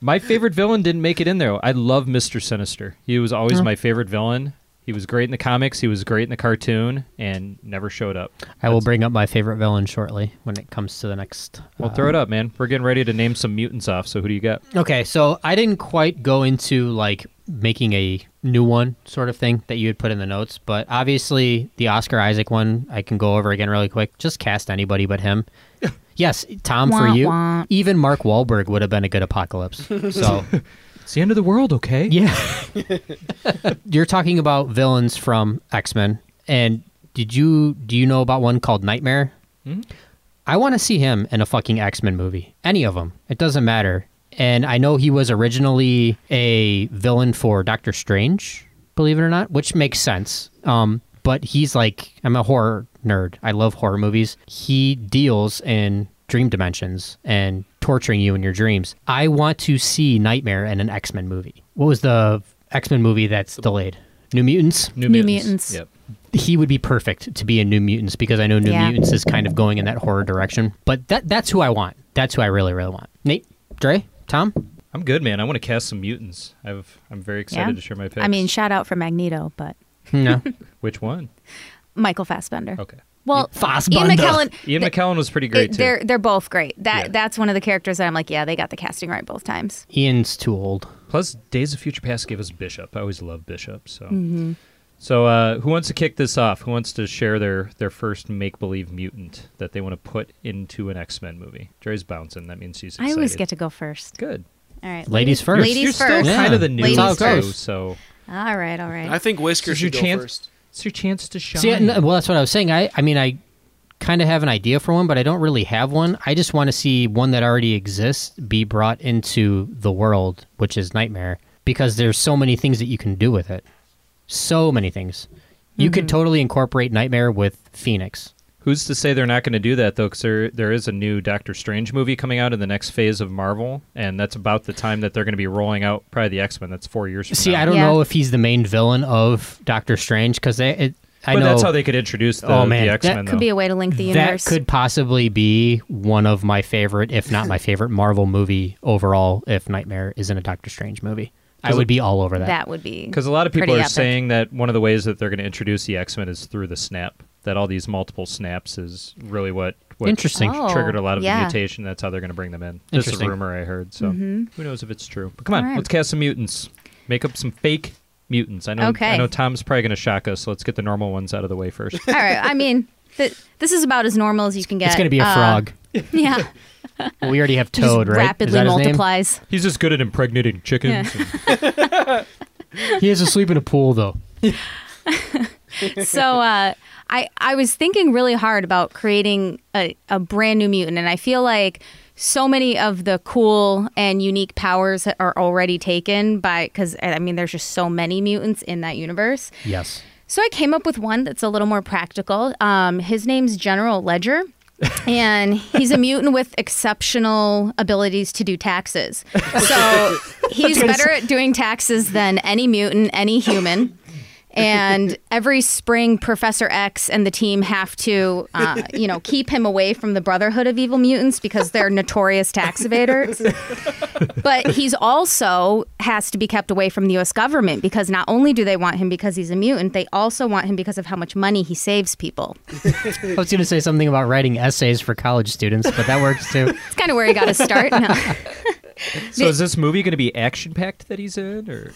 S10: My favorite villain didn't make it in there. I love Mr. Sinister. He was always
S3: Oh.
S10: my favorite villain. He was great in the comics. He was great in the cartoon, and never showed up.
S3: I will bring up my favorite villain shortly when it comes to the next.
S10: Well,
S3: uh,
S10: throw it up, man. We're getting ready to name some mutants off. So who do you got?
S3: Okay, so I didn't quite go into like making a new one sort of thing that you had put in the notes, but obviously the Oscar Isaac one I can go over again really quick. Just cast anybody but him. Yes, Tom for
S10: Wah,
S3: you.
S10: wah.
S3: Even Mark Wahlberg would have been a good apocalypse. So
S10: it's the end of the world, okay?
S3: Yeah. You're talking about villains from X Men, and did you do you know about one called Nightmare?
S2: Hmm?
S10: Mhm.
S3: I want to see him in a fucking X Men movie. Any of them, it doesn't matter. And I know he was originally a villain for Doctor Strange, believe it or not, which makes sense. Um, but he's like, I'm a horror nerd. I love horror movies. He deals in dream dimensions and torturing you in your dreams. I want to see Nightmare in an X Men movie. What was the X Men movie that's delayed? New Mutants?
S10: New New Mutants. Mutants. Yep.
S3: He would be perfect to be in New Mutants because I know New
S10: Yeah.
S3: Mutants is kind of going in that horror direction. But that that's who I want. That's who I really, really want. Nate, Dre, Tom?
S10: I'm good, man. I want to cast some mutants. I've I'm very excited to share my picks.
S4: I mean, shout out for Magneto, but
S3: no.
S10: Which one?
S4: Michael Fassbender.
S10: Okay.
S4: Well,
S10: Fassbender.
S4: Ian McKellen.
S10: Ian
S4: th-
S10: McKellen was pretty great
S4: it-
S10: too.
S4: They're they're both great. That that's one of the characters that I'm like, yeah, they got the casting right both times.
S3: Ian's too old.
S10: Plus, Days of Future Past gave us Bishop. I always love Bishop. So,
S4: Mhm.
S10: so uh, who wants to kick this off? Who wants to share their their first make believe mutant that they want to put into an X Men movie? Dre's bouncing. That means he's. Excited.
S4: I always get to go first.
S10: Good.
S4: All right.
S10: Ladies first. You're-
S4: Ladies
S10: you're still
S4: first.
S10: kinda the new
S4: Ladies
S10: That's how it
S4: first.
S10: goes, so-
S4: All right. All right.
S9: I think Whisker
S10: This is your
S9: should go
S10: chance-
S9: first.
S10: It's your chance to shine.
S3: See, I- no, well, that's what I was saying. I, I mean, I kind of have an idea for one, but I don't really have one. I just want to see one that already exists be brought into the world, which is Nightmare, because there's so many things that you can do with it. So many things. You could totally incorporate Nightmare with Phoenix.
S10: Who's to say they're not going to do that though? Because there there is a new Doctor Strange movie coming out in the next phase of Marvel, and that's about the time that they're going to be rolling out probably the X Men. That's four years. From
S3: See,
S10: now.
S3: I don't know if he's the main villain of Doctor Strange because they. It, I
S10: but
S3: know
S10: that's how they could introduce the,
S3: Oh, man,
S10: the
S3: that
S10: X Men.
S4: Could be a way to link the universe.
S3: That could possibly be one of my favorite, if not my favorite, Marvel movie overall. If Nightmare isn't a Doctor Strange movie, I would be all over that.
S4: That would be
S10: Because a lot of people
S4: pretty
S10: are
S4: epic.
S10: saying that one of the ways that they're going to introduce the X Men is through the snap. That all these multiple snaps is really what, what
S3: Interesting.
S10: tr-
S4: Oh,
S10: triggered a lot of
S3: yeah.
S10: the mutation. That's how they're going to bring them in. That's a
S3: Interesting.
S4: Mm-hmm.
S10: rumor I heard. So
S3: Mhm.
S10: who knows if it's true? But come on,
S3: All right.
S10: let's cast some mutants. Make up some fake mutants. I know. I
S4: Okay.
S10: know Tom's probably going to shock us. So let's get the normal ones out of the way first.
S4: All right. I mean, th- this is about as normal as you can get.
S10: gonna be a
S4: Uh,
S10: frog.
S4: Yeah.
S3: Well, we already have
S4: Just
S3: Toad, right? Is
S4: Rapidly
S3: that his name?
S4: multiplies.
S10: He's just good at impregnating chickens.
S3: He has to sleep in a pool, though.
S4: so uh, I I was thinking really hard about creating a, a brand new mutant, and I feel like so many of the cool and unique powers are already taken by because I mean there's just so many mutants in that universe.
S3: Yes.
S4: So I came up with one that's a little more practical. Um, his name's General Ledger. and he's a mutant with exceptional abilities to do taxes. So he's
S5: That's what
S4: better at doing taxes than any mutant, any human. And every spring, Professor X and the team have to, uh, you know, keep him away from the Brotherhood of Evil Mutants because they're notorious tax evaders but he's also has to be kept away from the US government because not only do they want him because he's a mutant, they also want him because of how much money he saves people.
S3: I was going to say something about writing essays for college students, but that works too.
S4: It's kind of where you got to start. No.
S10: so is this movie going to be action packed that he's in, or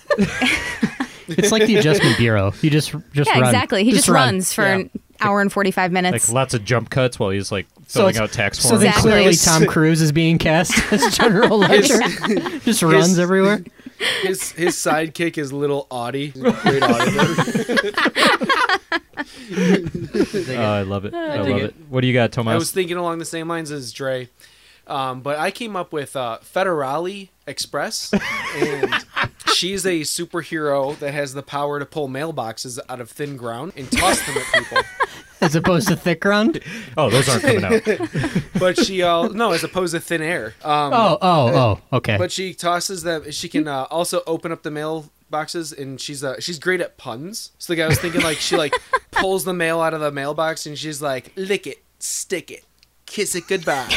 S3: It's like the Adjustment Bureau. You just just
S4: yeah,
S3: run.
S4: exactly. He just,
S3: run.
S4: runs for an hour and 45 minutes.
S10: like lots of jump cuts while he's like filling
S3: it's-
S10: out tax
S3: So
S10: forms?
S3: then clearly Tom Cruise is being cast as General Ledger. just runs everywhere.
S9: His his sidekick is little Audie. Great Audie.
S10: Oh, I love it.
S9: I
S10: I,
S9: dig
S10: love it.
S9: it.
S10: What do you got, Tomas?
S9: I was thinking along the same lines as Dre, um, but I came up with uh, Federale Express, and she's a superhero that has the power to pull mailboxes out of thin ground and toss them at people.
S3: As opposed to thick ground.
S10: Oh, those aren't coming out.
S9: but she all no, as opposed to thin air. Um,
S3: Oh, oh, oh, okay.
S9: But she tosses them. She can uh, also open up the mail boxes, and she's uh, she's great at puns. So like I was thinking, like she like pulls the mail out of the mailbox, and she's like, lick it, stick it, kiss it goodbye.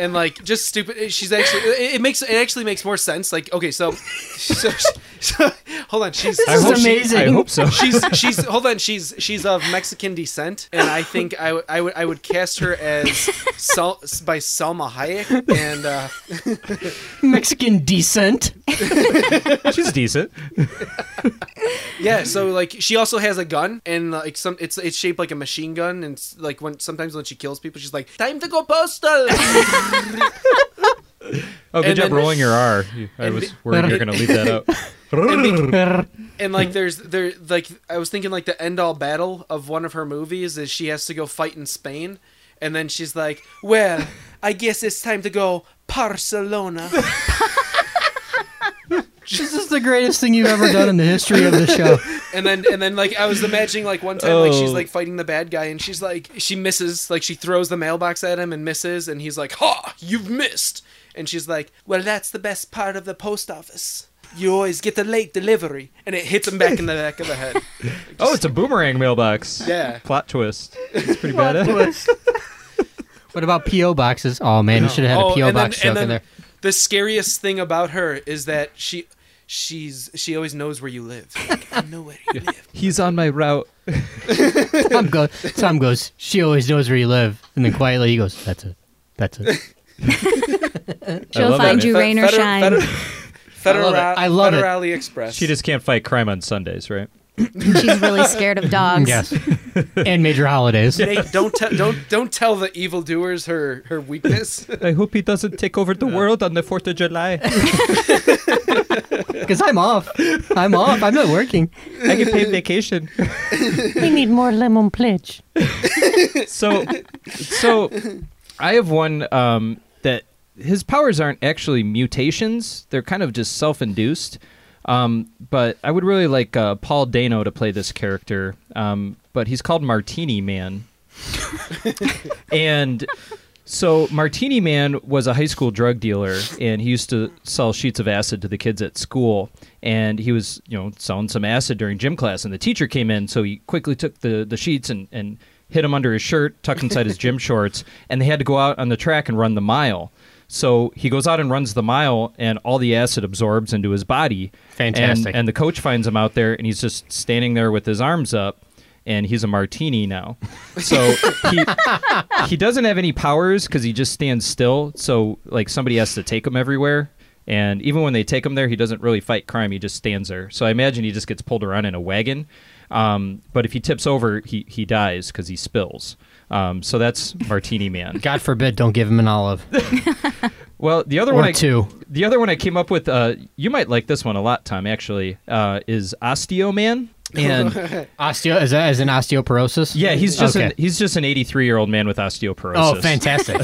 S9: and like just stupid she's actually it, it makes it actually makes more sense like okay so, so, so- hold on she's
S10: This I is hope she- amazing. I hope so.
S9: she's she's hold on she's she's of mexican descent and i think i, would- I would i would cast her as Sel- by selma hayek and uh
S3: Mexican descent.
S10: She's decent.
S9: Yeah, so like she also has a gun and like some it's it's shaped like a machine gun and it's, like when sometimes when she kills people she's like time to go postal.
S10: Oh, good
S9: And
S10: job
S9: then-
S10: rolling your R. You- I
S9: and
S10: was
S9: the-
S10: worried you were going to leave that out.
S9: and like there's there like I was thinking like the end all battle of one of her movies is she has to go fight in Spain and then she's like, "Well, I guess it's time to go Barcelona."
S3: This is the greatest thing you've ever done in the history of the show.
S9: and then and then like I was imagining like one time like she's
S3: Oh.
S9: like fighting the bad guy and she's like she misses like she throws the mailbox at him and misses and he's like ha you've missed and she's like well that's the best part of the post office you always get the late delivery and it hits him back in the back of the head
S10: oh, it's a boomerang mailbox.
S9: Yeah.
S10: Plot twist. It's pretty
S9: Plot
S10: badass.
S3: What about PO boxes? Oh man, you should have had
S9: Oh,
S3: a PO
S9: and then-
S3: box
S9: and
S3: joke in
S9: then
S3: there.
S9: the scariest thing about her is that she she's she always knows where you live Like, I know where you live
S10: He's on my route.
S3: Tom goes. Tom goes. She always knows where you live, and then quietly he goes. That's it. That's it.
S4: She'll love that, find man. you, rain or
S9: Feder-
S4: shine.
S9: Feder-
S3: I love it.
S9: Federal-
S3: I love it.
S9: Federale Express.
S10: She just can't fight crime on Sundays, right?
S4: She's really scared of dogs.
S3: Yes. and major holidays.
S9: Nate, don't tell don't don't tell the evildoers her her weakness.
S10: I hope he doesn't take over the world on the 4th of July.
S3: Because I'm off. I'm off. I'm not working.
S10: I get paid vacation.
S13: we need more lemon pledge.
S10: so so I have one um, that his powers aren't actually mutations; they're kind of just self-induced. Um, but I would really like uh, Paul Dano to play this character, um, but he's called Martini Man. and so Martini Man was a high school drug dealer, and he used to sell sheets of acid to the kids at school. And he was, you know, selling some acid during gym class, and the teacher came in, so he quickly took the, the sheets and, and hid them under his shirt, tucked inside his gym shorts, and they had to go out on the track and run the mile. So he goes out and runs the mile, and all the acid absorbs into his body. And-
S3: Fantastic.
S10: and the coach finds him out there, and he's just standing there with his arms up, and he's a martini now. So he he doesn't have any powers because he just stands still. So like somebody has to take him everywhere, And even when they take him there, he doesn't really fight crime. He just stands there. So I imagine he just gets pulled around in a wagon. Um, but if he tips over, he, he dies because he spills. Um, so that's Martini Man.
S3: God forbid, don't give him an olive.
S10: Well, the other
S3: Or
S10: one, I,
S3: two.
S10: The other one I came up with. Uh, you might like this one a lot, Tom. Actually, uh, is Osteo Man, and
S3: Osteo is that as in osteoporosis?
S10: yeah, he's just
S3: okay.
S10: an, he's just an 83 year old man with osteoporosis.
S3: Oh, fantastic!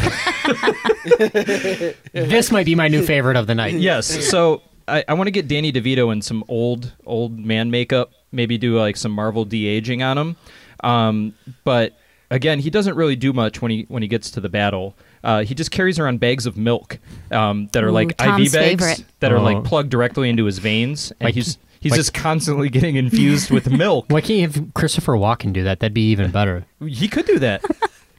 S3: this might be my new favorite of the night.
S10: yes. So I, I want to get Danny DeVito in some old old man makeup. Maybe do like some Marvel de aging on him. Um, but again, he doesn't really do much when he when he gets to the battle. Uh, he just carries around bags of milk um, that are
S3: Ooh,
S10: like
S3: Tom's
S10: IV bags
S3: favorite.
S10: that are
S3: Oh.
S10: like plugged directly into his veins, and
S3: Like-
S10: he's he's
S3: like-
S10: just constantly getting infused with milk.
S3: Why can't you have Christopher Walken do that? That'd be even better.
S10: He could do that.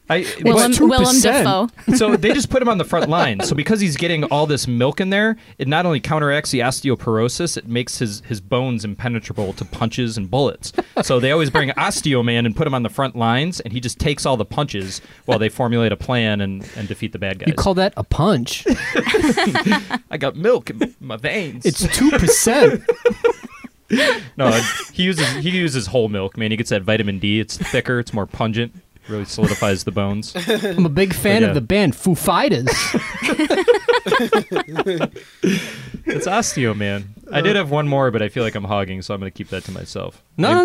S10: I,
S4: Willem-
S10: but-
S4: Willem Dafoe.
S10: so they just put him on the front line. So because he's getting all this milk in there, it not only counteracts the osteoporosis, it makes his, his bones impenetrable to punches and bullets. So they always bring Osteo Man and put him on the front lines, and he just takes all the punches while they formulate a plan and, and defeat the bad guys.
S3: You call that a punch?
S10: I got milk in my veins.
S3: It's two percent.
S10: No, uh, he uses he uses whole milk, man. He gets that vitamin D. It's thicker. It's more pungent. Really solidifies the bones.
S3: I'm a big fan
S10: Yeah.
S3: of the band Foo Fighters.
S10: It's osteo, man. I did have one more, but I feel like I'm hogging, so I'm going to keep that to myself.
S3: No, no,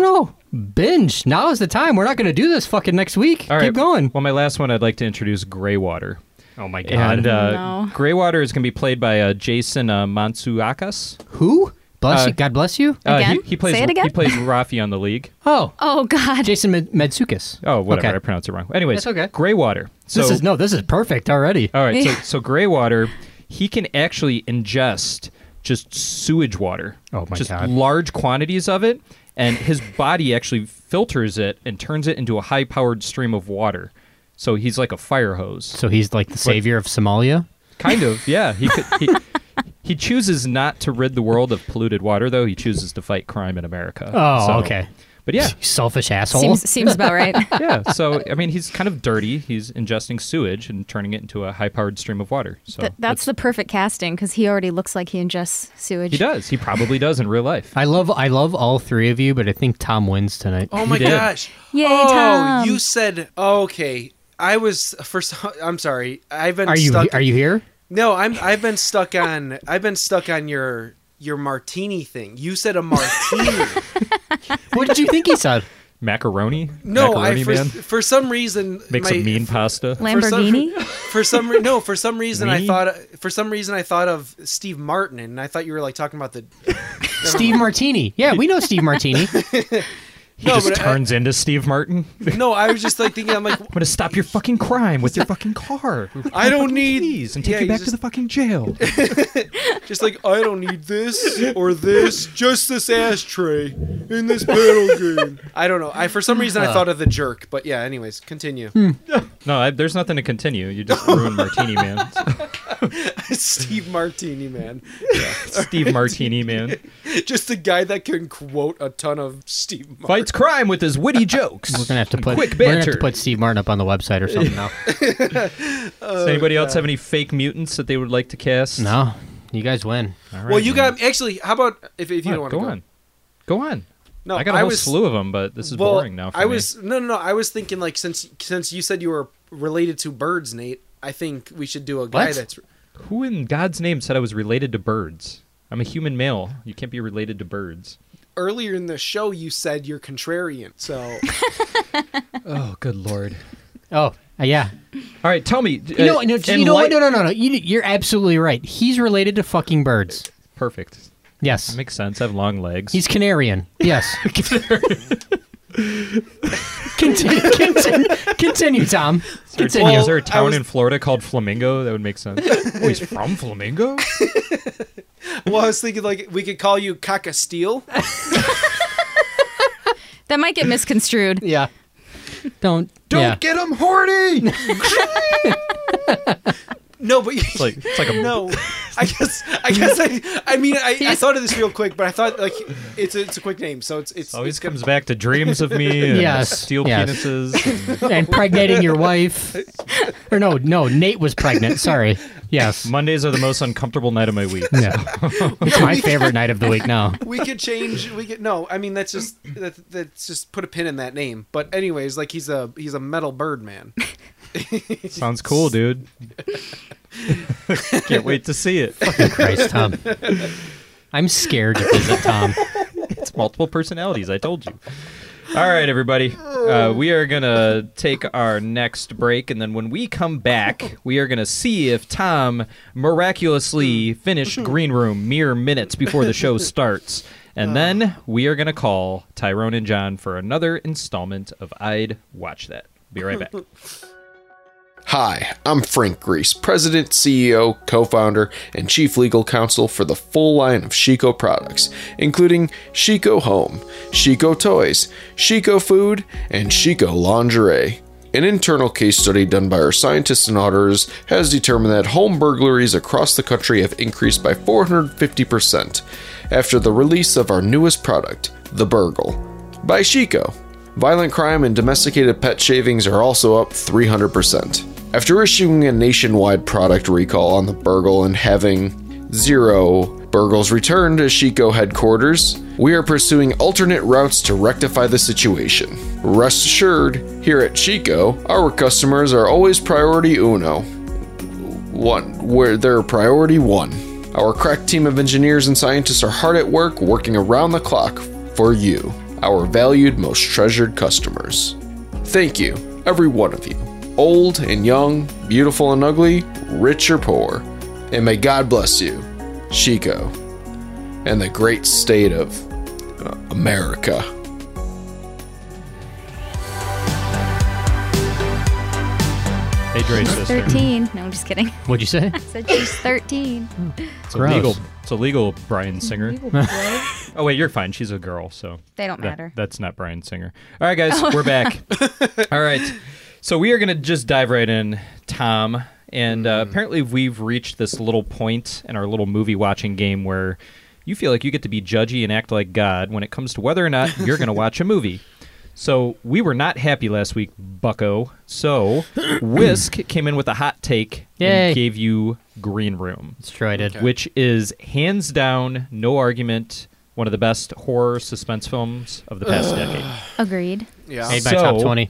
S3: no. Binge. Now is the time. We're not going to do this fucking next week.
S10: All right.
S3: Keep going.
S10: Well, my last one, I'd like to introduce Greywater.
S3: Oh my God.
S10: And uh,
S3: No.
S10: Greywater is going to be played by uh, Jason uh, Mansuakas.
S3: Who? Bless
S10: Uh,
S3: you. God bless you.
S10: Uh, he, he plays
S4: Say it again?
S10: he plays Rafi on the league.
S3: Oh.
S4: Oh God.
S3: Jason Med- Medsukis.
S10: Oh, whatever.
S3: Okay.
S10: I pronounced it wrong. Anyways,
S3: That's okay.
S10: Greywater. So
S3: this is no. This is perfect already.
S10: All right. So, so Greywater, he can actually ingest just sewage water. Oh
S3: my
S10: just
S3: God.
S10: large quantities of it, and his body actually filters it and turns it into a high-powered stream of water. So he's like a fire hose.
S3: So he's like the savior of Somalia.
S10: Kind of, yeah. He could, he, he chooses not to rid the world of polluted water, though. He chooses to fight crime in America.
S3: Oh,
S10: So-
S3: okay.
S10: But yeah,
S3: You selfish asshole.
S4: Seems seems about right.
S10: yeah. So I mean, he's kind of dirty. He's ingesting sewage and turning it into a high-powered stream of water. So
S4: Th- that's the perfect casting because he already looks like he ingests sewage.
S10: he does. He probably does in real life.
S3: I love I love all three of you, but I think Tom wins tonight.
S9: Oh my
S10: did.
S9: gosh!
S4: Yay,
S9: oh,
S4: Tom.
S9: you said okay. I was first. I'm sorry. I've been
S3: Are you
S9: stuck.
S3: are you here?
S9: No, I'm. I've been stuck on. I've been stuck on your your martini thing. You said a martini.
S3: What did you think he said?
S10: Macaroni?
S9: No,
S10: Macaroni
S9: I for,
S10: man?
S9: for some reason
S10: Make
S9: my-
S10: some mean pasta.
S4: Lamborghini?
S9: For some, for some no, for some reason I
S10: Me?
S9: thought for some reason I thought of Steve Martin, and I thought you were like talking about the
S3: Steve Martini. Yeah, we know Steve Martini.
S10: He
S9: No,
S10: just
S9: but uh, I-
S10: turns into Steve Martin.
S9: No, I was just like thinking. I'm like,
S10: I'm gonna stop your fucking crime with your fucking car.
S9: I don't need
S10: Please, and take
S9: yeah,
S10: you
S9: he's
S10: back to
S9: just-
S10: the fucking jail.
S9: just like I don't need this or this, just this ashtray in this battle game. I don't know. I for some reason I
S10: Huh. Hmm.
S9: thought of the jerk, but yeah. Anyways, continue.
S10: No, I, there's nothing to continue. You just ruined Martini Man.
S9: Steve Martini, man.
S10: Steve Martini Man
S9: Just the guy that can quote a ton of Steve Martin.
S10: fights crime with his witty jokes.
S3: We're gonna have to
S10: and
S3: put
S10: quick
S3: we're gonna have
S10: banter. Uh,
S3: to put Steve Martin up on the website or something now.
S9: Uh, Oh,
S10: Does anybody else have any fake mutants that they would like to cast?
S3: No, you guys win.
S9: well, you got actually. How about if, if you don't
S10: What?
S9: want
S10: Go
S9: to go
S10: on. Go on.
S9: No,
S10: I got a
S9: I
S10: whole
S9: was-
S10: slew of them, but this is boring now. For
S9: I
S10: me.
S9: was no, no, no. I was thinking like since since you said you were related to birds, Nate. I think we should do a guy
S10: What?
S9: that's
S10: Who in God's name said I was related to birds? I'm a human male. You can't be related to birds.
S9: earlier in the show. You said you're contrarian, so
S10: Oh, good lord.
S3: Oh uh, yeah.
S10: All right, tell me. uh,
S3: You know, no, you know what? No, no, no, no. You, you're absolutely right. He's related to fucking birds.
S10: Perfect.
S3: Yes.
S10: Makes sense. I have long legs.
S3: He's Canarian. Yes. continue, continue, continue, Tom.
S10: Is there-
S3: Continue.
S10: is there a town in Florida called Flamingo? That would make sense. oh, he's from Flamingo?
S9: well, I was thinking like we could call you Kaka Steel.
S4: That might get misconstrued.
S3: yeah. Don't
S4: Don't
S3: yeah.
S9: get him horny. No, but
S10: it's like it's like a
S9: no. I guess I guess I I mean I, I thought of this real quick, but I thought like it's a, it's a quick name, so it's it's
S10: always
S9: it's good.
S10: comes back to dreams of me. And
S3: Yes,
S10: steel
S3: yes.
S10: penises.
S3: and impregnating your wife. Or no, no, Nate was pregnant. Sorry. Yes.
S10: Mondays are the most uncomfortable night of my week.
S3: No. It's my favorite night of the week now.
S9: we could change we could no i mean that's just that, that's just put a pin in that name but anyways like he's a he's a metal bird man
S10: Sounds cool, dude. Can't wait to see it.
S3: Fucking Christ, Tom. I'm scared to visit Tom.
S10: It's multiple personalities. I told you. All right, everybody. Uh, we are going to take our next break. And then when we come back, we are going to see if Tom miraculously finished Green Room mere minutes before the show starts.
S3: Uh.
S10: And then we are going to call Tyrone and John for another installment of I'd Watch That. Be right back.
S9: Hi, I'm Frank Grease, President, CEO, co founder, and Chief Legal Counsel for the full line of Shiko products, including Shiko Home, Shiko Toys, Shiko Food, and Shiko Lingerie. An internal case study done by our scientists and auditors has determined that home burglaries across the country have increased by 450% after the release of our newest product, the Burgle, by Shiko. Violent crime and domesticated pet shavings are also up 300%. After issuing a nationwide product recall on the Burgle and having zero Burgles returned to Shiko headquarters, we are pursuing alternate routes to rectify the situation. Rest assured, here at Shiko, our customers are always priority uno one where they're priority one. Our crack team of engineers and scientists are hard at work working around the clock for you, our valued, most treasured customers. Thank you, every one of you, old and young, beautiful and ugly, rich or poor. And may God bless you, Chico, and the great state of uh, America.
S10: Hey, Dre's sister.
S4: 13. No, I'm just kidding.
S3: What'd you say?
S4: I said she's 13.
S10: It's
S3: Gross.
S10: illegal. It's illegal, Brian Singer. oh wait, you're fine. She's a girl, so
S4: They don't
S10: that-
S4: matter.
S10: that's not Brian Singer. All right, guys,
S4: Oh.
S10: we're back. All right, so we are gonna just dive right in, Tom. And uh, apparently, we've reached this little point in our little movie watching game where you feel like you get to be judgy and act like God when it comes to whether or not you're gonna watch a movie. So we were not happy last week, Bucko. So Whisk came in with a hot take
S3: Yay.
S10: and gave you Green Room. That's
S3: true, I did. Okay.
S10: Which is hands down, no argument, one of the best horror suspense films of the past decade.
S4: Agreed.
S9: Yeah.
S3: Made my top
S10: So-
S3: 20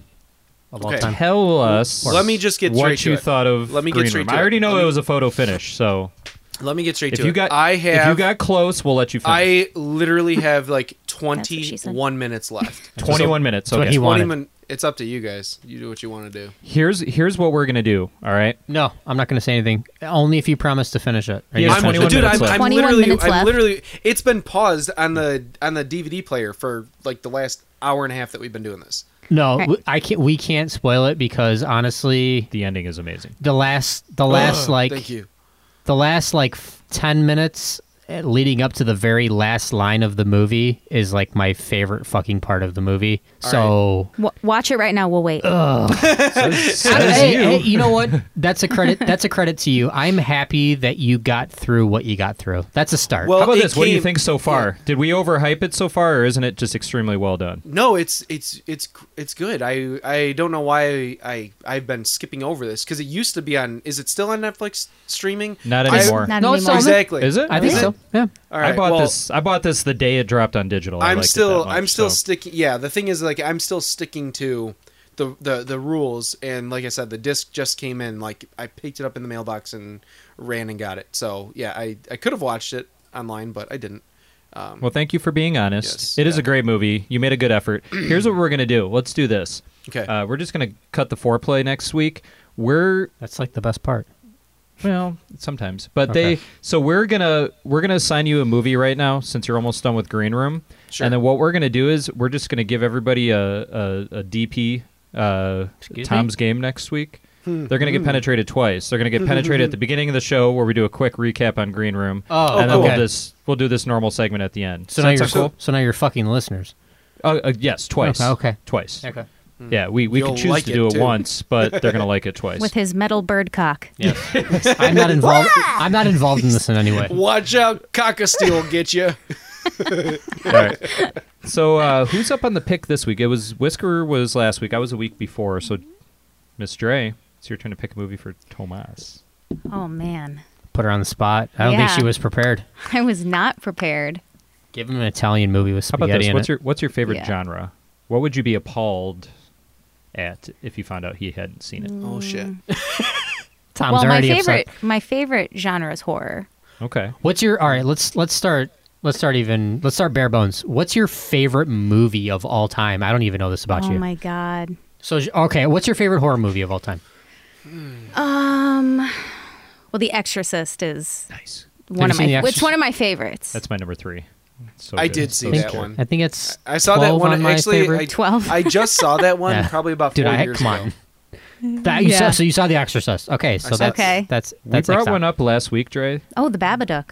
S3: of all
S10: Okay.
S3: time.
S10: Tell us.
S9: Let me just get
S10: what
S9: straight to
S10: you
S9: it.
S10: thought of.
S9: Let me get
S10: Green
S9: straight
S10: Room.
S9: to
S10: I
S9: it.
S10: already know
S9: Let
S10: it
S9: me-
S10: was a photo finish, so
S9: Let me get straight
S10: if
S9: to
S10: you
S9: it.
S10: got
S9: I
S10: if you
S9: have
S10: got close, we'll let you finish.
S9: I literally have like 21 minutes left.
S10: 21 minutes, That's what okay. he wanted.
S9: min- it's up to you guys. You do what you want to do.
S10: Here's here's what we're gonna do. All right.
S3: No, I'm not going to say anything. Only if you promise to finish it. Are
S10: He
S3: you
S10: has
S3: gonna finish it?
S9: Dude, I'm, I'm
S4: 21
S9: literally,
S4: minutes
S9: I'm
S4: left.
S9: literally, it's been paused on the on the DVD player for like the last hour and a half that we've been doing this.
S3: No,
S9: Right.
S3: w I can't. We can't spoil it because honestly,
S10: the ending is amazing.
S3: The last, the last
S9: Ugh,
S3: like,
S9: thank you.
S3: The last like f- ten minutes eh, leading up to the very last line of the movie is like my favorite fucking part of the movie. so.
S4: W- watch it right now. We'll wait.
S3: I-
S4: says
S3: hey,
S4: you.
S3: hey, you know what? That's a credit. That's a credit to you. I'm happy that you got through what you got through. That's a start.
S10: How about this? What do you think so far? Did we overhype it so far, or isn't it just extremely well done?
S9: No, it's it's it's it's good. I I don't know why I I've been skipping over this because it used to be on. Is it still on Netflix streaming?
S10: Not
S9: I-
S10: anymore.
S9: Exactly.
S10: Is it?
S9: I think so.
S3: Yeah.
S9: All right,
S10: I bought
S9: well-
S10: this. I bought this the day it dropped on digital. I
S9: I'm
S10: liked it
S9: still
S10: that much,
S9: I'm still
S10: so.
S9: sticking. Yeah, the thing is, like, I'm still sticking to the the the rules. And like I said, the disc just came in. Like, I picked it up in the mailbox and ran and got it. So yeah, I I could have watched it online, but I didn't. Um,
S10: Well, thank you for being honest. It is a great movie. You made a good effort. Here's what we're gonna do. Let's do this.
S9: Okay.
S10: Uh, we're just gonna cut the foreplay next week. We're
S3: that's like the best part.
S10: Well, sometimes, but
S3: Okay.
S10: they. So we're gonna we're gonna assign you a movie right now since you're almost done with Green Room. Sure. And then what we're gonna do is we're just gonna give everybody a a, a DP. Uh,
S3: Excuse
S10: Tom's
S3: me?
S10: game next week.
S3: Hmm.
S10: They're gonna get
S3: Hmm.
S10: penetrated twice. They're gonna get penetrated at the beginning of the show where we do a quick recap on Green Room.
S3: Oh,
S10: and then
S3: okay.
S10: we'll just we'll do this normal segment at the end.
S3: So
S10: Does
S3: now
S10: that
S3: you're
S10: sound cool?
S3: so now you're fucking listeners.
S10: Uh, uh, yes, twice.
S3: Oh, Okay, okay.
S10: twice.
S3: Okay.
S10: Yeah, we, we
S3: You'll
S10: can choose
S3: like
S10: to
S3: it
S10: do it
S3: too.
S10: once, but they're going to like it twice.
S4: with his metal bird cock.
S3: I'm not involved. I'm not involved in this in any way.
S9: Watch out, cockasteel will get you.
S10: All right. So uh, who's up on the pick this week? It was Whisker was last week. I was a week before. So Miss Dre, it's your turn to pick a movie for Tomas.
S4: Oh man,
S3: Put her on the spot. I don't
S4: Yeah.
S3: think she was prepared.
S4: I was not prepared.
S3: Give him an Italian movie with
S10: How about
S3: spaghetti
S10: this?
S3: in
S10: What's
S3: it.
S10: your what's your favorite
S4: Yeah.
S10: genre? What would you be appalled at if you found out he hadn't seen it?
S9: Oh shit.
S3: Tom's
S4: Mm. well, my
S3: already
S4: favorite
S3: upset.
S4: my favorite genre is horror.
S10: Okay.
S3: What's your all right? Let's let's start. Let's start even. Let's start bare bones. What's your favorite movie of all time? I don't even know this about
S4: oh
S3: you.
S4: my god.
S3: So okay, what's your favorite horror movie of all time?
S4: Um, well, The Exorcist is
S10: nice.
S4: One
S3: you
S4: of
S3: seen
S4: my
S3: The
S4: it's one of my favorites.
S10: That's my number three. It's so
S9: I
S10: good.
S9: did
S10: It's
S9: see
S10: so
S9: that
S10: good.
S9: one.
S3: I think it's.
S9: I saw that
S3: 12
S9: one
S3: on my
S9: actually.
S3: favorite.
S9: I, I just saw that one
S3: Yeah.
S9: probably about four
S3: Dude, I-
S9: years
S3: come
S9: ago.
S3: on. That you
S4: Yeah.
S3: saw, so you saw The Exorcist. Okay, so
S4: saw
S3: that's
S4: Okay.
S3: that's
S10: We
S3: that's
S10: brought
S3: next
S10: one up last week, Dre.
S4: Oh, The Babadook.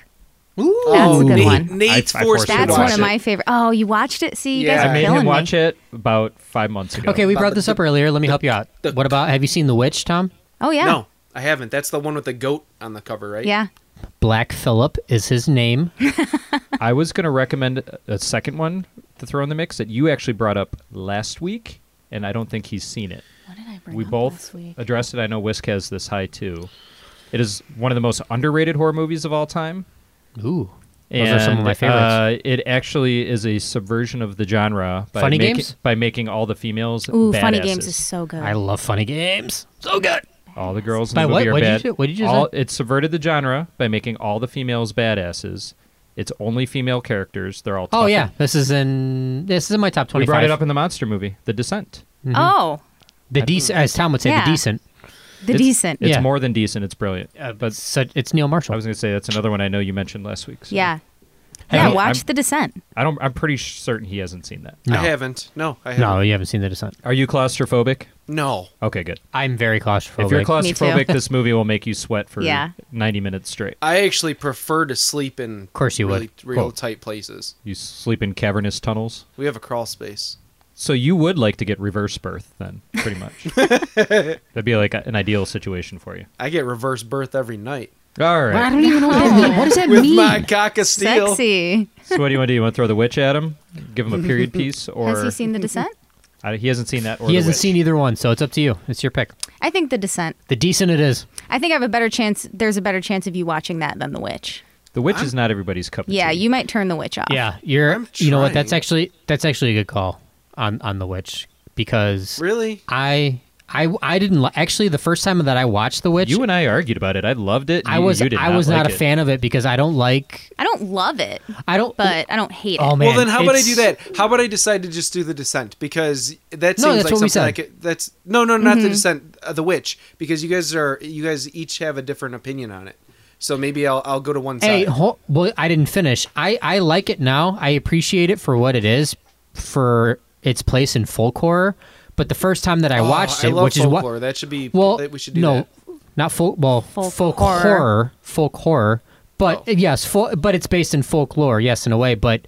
S4: That's a good
S10: Oh, Nate-
S4: one.
S10: Nate's I- I forced forced you to
S4: That's
S10: watch
S4: one of
S10: it.
S4: my favorite. Oh, you watched it? See, you guys
S10: I
S4: are
S10: made
S4: killing
S10: him
S4: me.
S10: watch it about five months ago.
S3: Okay, we brought this up earlier. Let me help you out. What about have you seen The Witch, Tom?
S4: Oh yeah.
S9: No, I haven't. That's the one with the goat on the cover, right?
S4: Yeah.
S3: Black Phillip is his name.
S10: I was going to recommend a second one to throw in the mix that you actually brought up last week, and I don't think he's seen it. What did I bring we both addressed it. I know Whisk has this high too. It is one of the most underrated horror movies of all time.
S3: Ooh, those are some of my
S10: And,
S3: favorites.
S10: Uh, it actually is a subversion of the genre by,
S3: Funny
S10: making,
S3: Games?
S10: by making all the females
S4: Ooh, Funny Games
S10: badasses.
S4: is so good.
S3: I love funny games. So good.
S10: All the girls in
S3: By
S10: the
S3: what?
S10: movie are
S3: What'd you
S10: bad.
S3: ju- what'd you just
S10: all,
S3: say?
S10: It subverted the genre by making all the females badasses. It's only female characters. They're all.
S3: Oh
S10: tough
S3: yeah,
S10: and-
S3: this is in Mm, this is in my top
S10: we
S3: twenty-five.
S10: brought it up in the monster movie, The Descent.
S3: Mhm.
S4: Oh,
S3: the decent, as Tom would say,
S4: Yeah.
S3: the decent.
S4: The
S10: It's-
S4: Decent.
S10: It's
S3: Yeah.
S10: more than decent. It's brilliant.
S3: but it's Neil Marshall.
S10: I was going to say that's another one I know you mentioned last week. so-
S4: yeah.
S10: Hey,
S4: yeah,
S10: I'm-
S4: watch
S10: I'm-
S4: The Descent.
S10: I don't. I'm pretty sh- certain he hasn't seen that.
S9: I haven't. No, I haven't.
S3: No, you haven't seen The Descent.
S10: Are you claustrophobic?
S9: No.
S10: Okay, good.
S3: I'm very claustrophobic.
S10: If you're
S9: Me too.
S10: claustrophobic, this movie will make you sweat for
S9: Yeah.
S10: 90 minutes straight.
S9: I actually prefer to sleep in of
S10: course you would.
S9: really, real
S10: Cool.
S9: tight places.
S10: You sleep in cavernous tunnels.
S9: We have a crawl space.
S10: So you would like to get reverse birth then, pretty much. That'd be like a- an ideal situation for you.
S9: I get reverse birth every night.
S10: All right.
S4: even know what that means. What does that
S9: With
S4: mean?
S9: my cock of steel.
S4: Sexy.
S10: So what do you want to do? You want to throw the witch at him? Give him a period piece, or
S4: Has he seen The Descent?
S10: I- he hasn't seen that. Or
S3: he
S10: the
S3: hasn't
S10: witch.
S3: seen either one, so it's up to you. It's your pick.
S4: I think The Descent.
S3: The decent it is.
S4: I think I have a better chance. There's a better chance of you watching that than The Witch.
S10: The witch is not everybody's cup of
S4: Yeah, you might turn The Witch off.
S3: Yeah, you're. you know what? That's actually that's actually a good call on on the witch because
S9: really
S3: I I I didn't li- actually the first time that I watched the witch.
S10: You and I argued about it. I loved it.
S3: I
S10: You-
S3: was
S10: you did
S3: I
S10: not
S3: was
S10: like
S3: not a
S10: it.
S3: fan of it because I don't like.
S4: I don't love it.
S3: I don't.
S4: But I don't hate it.
S3: Oh, man.
S9: well, then how about I
S3: it's-
S9: do that? How about I decide to just do the descent because that
S3: No, that's
S9: seems
S3: what
S9: like
S3: we
S9: something I
S3: said.
S9: could. That's no, no, not the
S3: Mhm.
S9: descent. Uh, the witch because you guys are you guys each have a different opinion on it. So maybe I'll I'll go to one
S3: Hey,
S9: side.
S3: ho- well, I didn't finish. I I like it now. I appreciate it for what it is, for its place in folk horror. But the first time that I
S9: Oh,
S3: watched
S9: I
S3: it,
S9: love
S3: which is
S9: folklore.
S3: what
S9: That should be-
S3: well,
S9: that we should do
S3: no,
S9: that.
S3: not folk. Well,
S9: Folk
S3: folk,
S9: horror.
S3: horror. folk horror. But
S9: Oh.
S3: yes, fol- but it's based in folklore, yes, in a way. But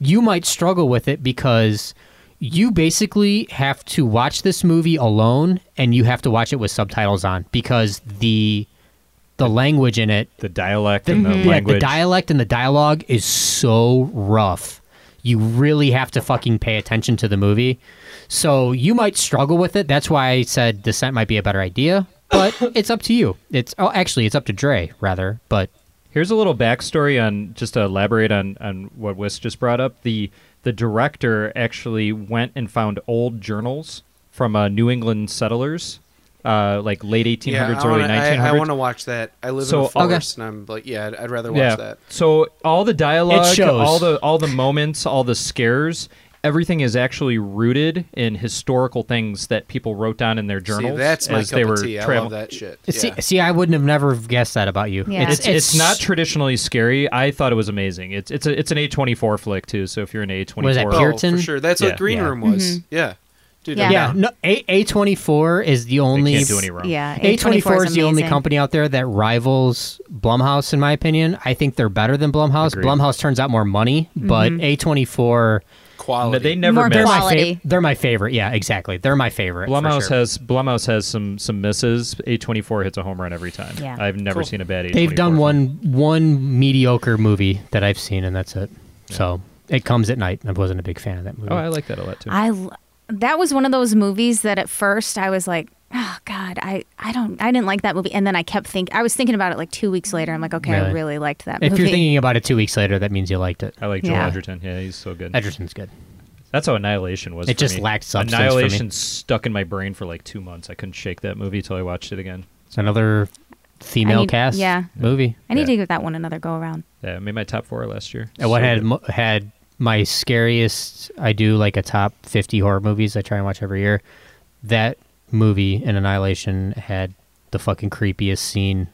S3: you might struggle with it because you basically have to watch this movie alone, and you have to watch it with subtitles on because the the language in it, Mm-hmm.
S10: the dialect and the
S3: the
S10: language.
S3: dialect and the dialogue is so rough. You really have to fucking pay attention to the movie. So you might struggle with it. That's why I said Descent might be a better idea, but it's up to you. It's oh, actually it's up to Dre rather, but
S10: Here's a little backstory on just to elaborate on on what Wiss just brought up. The the director actually went and found old journals from uh, New England settlers, uh, like late 1800s,
S9: yeah, I
S10: early
S9: wanna-
S10: 1900s.
S9: I, I want to watch that. I live in
S10: So-
S9: a
S10: Okay.
S9: forest, and I'm like, yeah, I'd, I'd rather watch
S10: yeah.
S9: that.
S10: So all the dialogue,
S9: It shows.
S10: all the all the moments, all the scares, everything is actually rooted in historical things that people wrote down in their journals
S9: that's my
S10: as
S9: cup
S10: they
S9: of
S10: were
S9: tea. I love
S10: traveling.
S9: that shit.
S3: see, see I wouldn't have never have guessed that about you.
S10: It's, it's, not traditionally scary. I thought it was amazing. It's it's a, it's an A24 flick too. So if you're an A24,
S3: Was that Puritan?
S9: for sure. That's
S10: Yeah.
S9: what Green Room was. Yeah, dude.
S3: yeah,
S9: I'm down.
S3: no, A A twenty four is the only
S10: can't do any wrong.
S4: Yeah,
S3: A twenty four
S4: A24
S3: is,
S4: is
S3: the only
S4: amazing.
S3: company out there that rivals Blumhouse in my opinion. I think they're better than Blumhouse.
S10: Agreed.
S3: Blumhouse turns out more money, but
S10: Mhm.
S3: A twenty four
S9: quality.
S10: they never More
S3: they're
S10: miss.
S3: my fa-
S10: quality.
S3: they're my favorite. Yeah, exactly. They're my favorite. for
S10: Blumhouse
S3: sure.
S10: has Blumhouse has some some misses. A twenty four hits a home run every time.
S3: Yeah.
S10: I've never seen a bad. A24
S3: They've done one one mediocre movie that I've seen, and that's it. So it comes at night. I wasn't a big fan of that movie.
S10: Oh, I like that a lot too.
S4: I l- that was one of those movies that at first I was like, oh god, I I don't I didn't like that movie, and then I kept think I was thinking about it like two weeks later. I'm like, okay, I really liked that
S3: If
S4: movie.
S3: you're thinking about it two weeks later, that means you liked it.
S10: I like Joel
S4: Yeah.
S10: Edgerton. Yeah, he's so good.
S3: Edgerton's good.
S10: That's how Annihilation was.
S3: It
S10: for
S3: just
S10: me.
S3: lacked substance for me.
S10: Annihilation stuck in my brain for like two months. I couldn't shake that movie till I watched it again.
S3: It's another female
S4: I need-
S3: cast
S4: yeah.
S3: movie.
S4: I need to give that one another go around.
S10: Yeah, it made my top four last year.
S3: And what
S10: So
S3: had
S10: good.
S3: mo- had my scariest? I do like a top fifty horror movies I try and watch every year. That movie in Annihilation had the fucking creepiest scene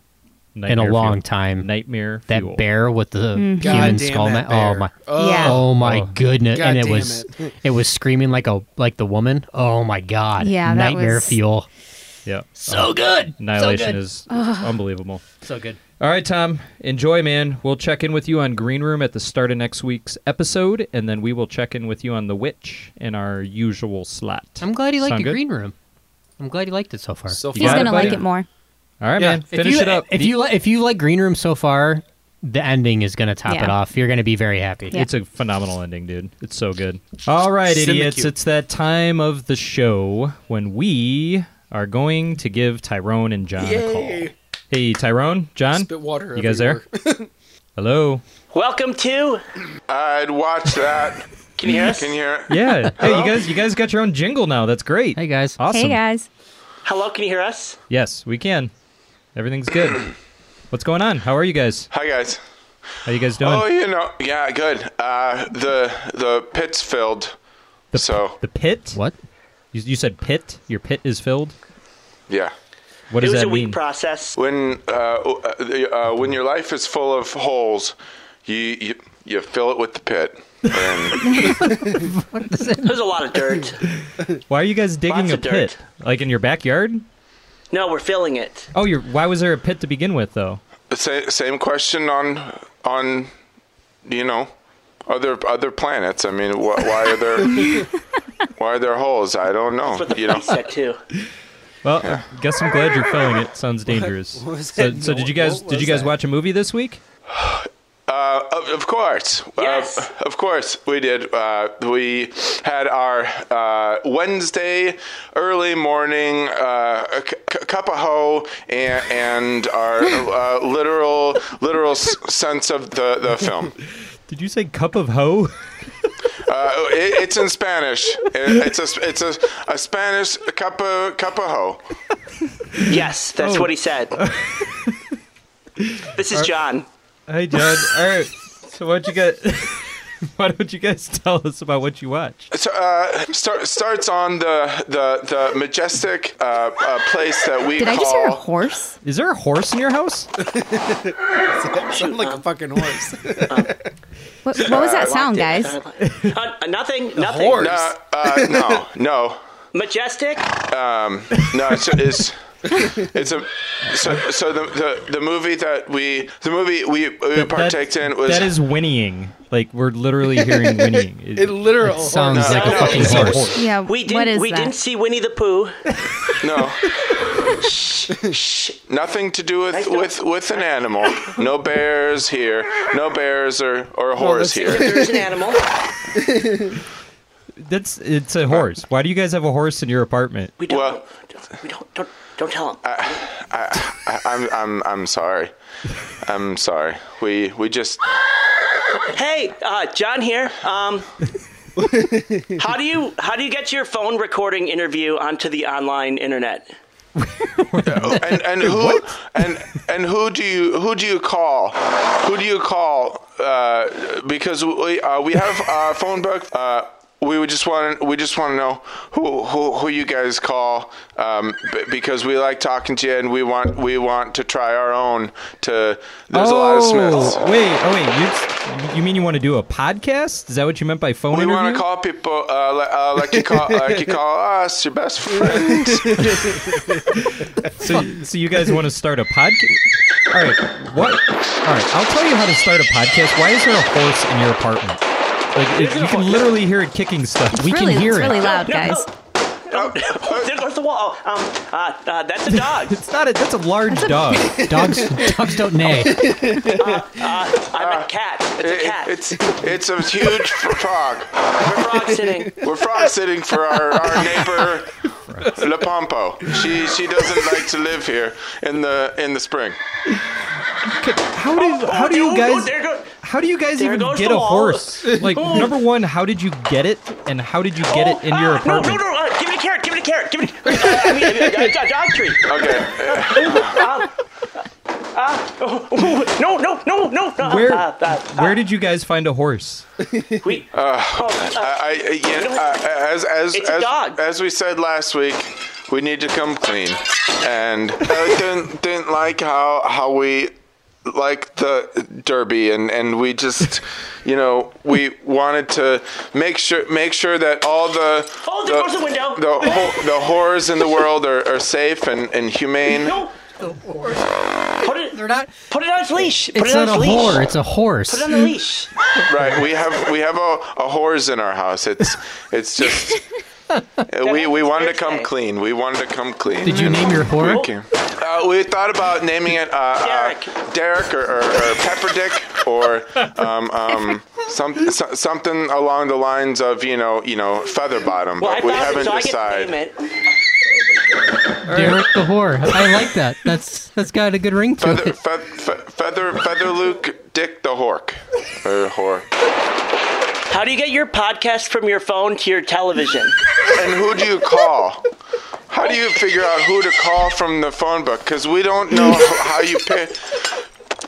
S3: in
S10: Nightmare
S3: a long
S10: fuel.
S3: time.
S10: Nightmare.
S3: That
S10: fuel.
S3: bear with the
S4: Mm-hmm.
S10: Mm.
S3: human
S10: Goddamn
S3: skull.
S10: that
S3: ma-
S10: bear.
S3: oh my!
S10: Yeah.
S3: Oh my
S10: Oh.
S3: goodness! and it
S10: Goddamn
S3: was
S10: it.
S3: it. was screaming like a like the woman. Oh my god!
S4: Yeah, that
S3: Nightmare
S4: was-
S3: fuel.
S10: Yeah. Oh.
S3: So good. So
S10: Annihilation
S3: good.
S10: is
S4: Ugh.
S10: unbelievable.
S3: So good.
S10: All right, Tom. Enjoy, man. We'll check in with you on Green Room at the start of next week's episode, and then we will check in with you on The Witch in our usual slot.
S3: I'm glad he liked
S10: Sound
S3: the
S10: good?
S3: Green Room. I'm glad he liked it so far.
S10: So
S4: He's gonna like it more.
S10: All right, man.
S3: If
S10: Finish
S3: you-
S10: it up.
S3: If you li- if you like Green Room so far, the ending is gonna top it
S10: Yeah.
S3: off. You're gonna be very happy.
S10: It's a phenomenal ending, dude. It's so good. All right, idiots.
S3: Syndicate.
S10: It's that time of the show when we are going to give Tyrone and John a call.
S14: Yay.
S10: Hey, Tyrone, John.
S14: Spit water
S10: You guys there? Hello.
S14: Welcome to. I'd watch that. Can you hear us? Can you hear it?
S10: Yeah. hey, you guys. You guys got your own jingle now. That's great. Hey
S3: guys.
S10: Awesome.
S14: Hey,
S4: guys.
S14: Hello, can you hear us?
S10: Yes, we can. Everything's good. What's going on? How are you guys?
S14: Hi, guys.
S10: How you guys doing?
S14: Oh, you know, yeah, good. Uh, the the pit's filled.
S10: The,
S14: so
S10: the pit. What? You, you said pit. Your pit is filled.
S14: Yeah.
S10: What does that mean?
S14: process. When uh, uh, the, uh, when your life is full of holes, you you, you fill it with the pit. And
S15: There's a lot of dirt.
S10: Why are you guys digging
S15: Lots
S10: a
S15: of dirt.
S10: pit? Like in your backyard?
S15: No, we're filling it.
S10: Oh, you're, why was there a pit to begin with, though?
S14: same, same question on on you know other other planets. I mean, wh- why are there why are there holes? I don't know.
S15: That's what the
S14: You know.
S15: priest said too.
S10: Well, I guess I'm glad you're filling it. Sounds dangerous.
S14: what was
S10: so,
S14: that
S10: so did you
S14: noise?
S10: guys
S14: What
S10: did you
S14: was
S10: guys
S14: that?
S10: watch a movie this week?
S14: Uh, of, of course. Yes. of course, we did. Uh, we had our uh, Wednesday early morning uh, a cu- cu- cup of hoe and, and our uh, literal literal s- sense of the, the film.
S10: Did you say cup of hoe?
S14: Uh, it, it's in Spanish. It, it's a it's a, a Spanish cup of cup of hoe.
S15: Yes, that's
S14: Oh.
S15: what he said. this is John.
S10: Hey, John. All right. So what you got? Why don't you guys tell us about what you watch?
S14: So, uh, start, starts on the the, the majestic uh, uh, place that we
S4: Did
S14: call.
S4: I just hear a horse?
S10: Is there a horse in your house?
S9: Sound like a fucking horse.
S4: What, what was that
S15: Uh,
S4: sound,
S15: locked
S4: guys?
S15: it. Uh, uh, nothing. Nothing.
S14: horse. No, uh, no, no.
S15: Majestic.
S14: Um, no, it's, it's it's a so so the, the the movie that we the movie we, we partaked in was
S10: that is whinnying. Like we're literally hearing whinnying.
S14: It literal It sounds horse. like a fucking
S10: it's
S14: horse.
S4: Yeah.
S15: We didn't.
S4: what is
S15: we
S4: that?
S15: didn't see Winnie the Pooh.
S14: no nothing to do with with with an animal. No bears here. No bears or or a horse here.
S15: There's an animal.
S10: That's it's a horse. Why do you guys have a horse in your apartment?
S15: We don't. don't, we don't. Don't. Don't tell him.
S14: I, I, I'm I'm I'm sorry. I'm sorry. We we just
S15: hey, uh, John here. Um, how do you how do you get your phone recording interview onto the online internet?
S14: and and who and and who do you who do you call? Who do you call? Uh, because we uh, we have a phone book. Uh, we would just want we just want to know who, who who you guys call um, b- because we like talking to you and we want we want to try our own. To there's
S10: oh,
S14: a lot of Smiths.
S10: Wait, oh wait, you, you mean you want to do a podcast? Is that what you meant by phone
S14: We
S10: interview?
S14: want to call people uh, li- uh, like you call like you call us your best friends.
S15: Uh,
S10: so, so you guys want to start a podcast? All right, what? All right, I'll tell you how to start a podcast. Why is there a horse in your apartment?
S2: Like it, you can literally hear it kicking stuff. we
S4: really,
S2: can hear
S4: it's
S2: it.
S4: really loud, guys.
S15: Oh, there goes the wall. Um, uh, uh, that's a dog.
S2: It's not. A, that's a large dog.
S3: Dogs, dogs don't neigh.
S15: uh, uh, I'm a cat. It's a cat.
S14: It's it's a huge frog.
S15: We're frog sitting.
S14: We're frog sitting for our, our neighbor La Pompo. She she doesn't like to live here in the in the spring.
S2: How do how do
S15: oh,
S2: you guys
S15: there go-
S2: how do you guys
S15: there
S2: even
S15: goes
S2: get
S15: the
S2: a
S15: wall.
S2: horse? Like
S15: Oh.
S2: number one, how did you get it, and how did you get it in your
S15: No, no,
S2: apartment?
S15: no! Uh, give it a carrot. Give it a carrot. Give it a, uh, I mean, a, a, a dog tree.
S14: Okay.
S15: Uh, uh, oh, oh, no, no, no, no! Uh,
S2: Where
S15: Uh, uh,
S2: where did you guys find a horse?
S15: we,
S14: Uh, I, I, yeah, uh, as as
S15: It's a
S14: as,
S15: dog.
S14: as we said last week, we need to come clean, and I didn't didn't like how how we like the derby and and we just you know we wanted to make sure make sure that all the
S15: Oh, there goes the window.
S14: the, ho- the whores in the world are, are safe and and humane
S15: no. Put it. They're not. Put it on its leash. Put
S3: It's
S15: it on
S3: not a
S15: its leash.
S3: whore. It's a horse.
S15: Put it on the leash.
S14: right we have we have a, a whores in our house it's it's just we we wanted to come clean we wanted to come clean
S3: Did you
S14: And-
S3: name your whore?
S14: Okay. Uh, we thought about naming it uh, Derek, uh, Derek or, or, or Pepperdick or um, um, some, so, something along the lines of you know you know Featherbottom,
S15: Well, I
S14: but we
S15: found it,
S14: haven't
S15: so I get to
S14: decided.
S15: name it.
S3: Derek the whore. I like that. That's that's got a good ring to
S14: Feather,
S3: it.
S14: fe, fe, feather, feather, Luke, Dick the Hork, or whore.
S15: How do you get your podcast from your phone to your television?
S14: And who do you call? How do you figure out who to call from the phone book? Because we don't know how you pick,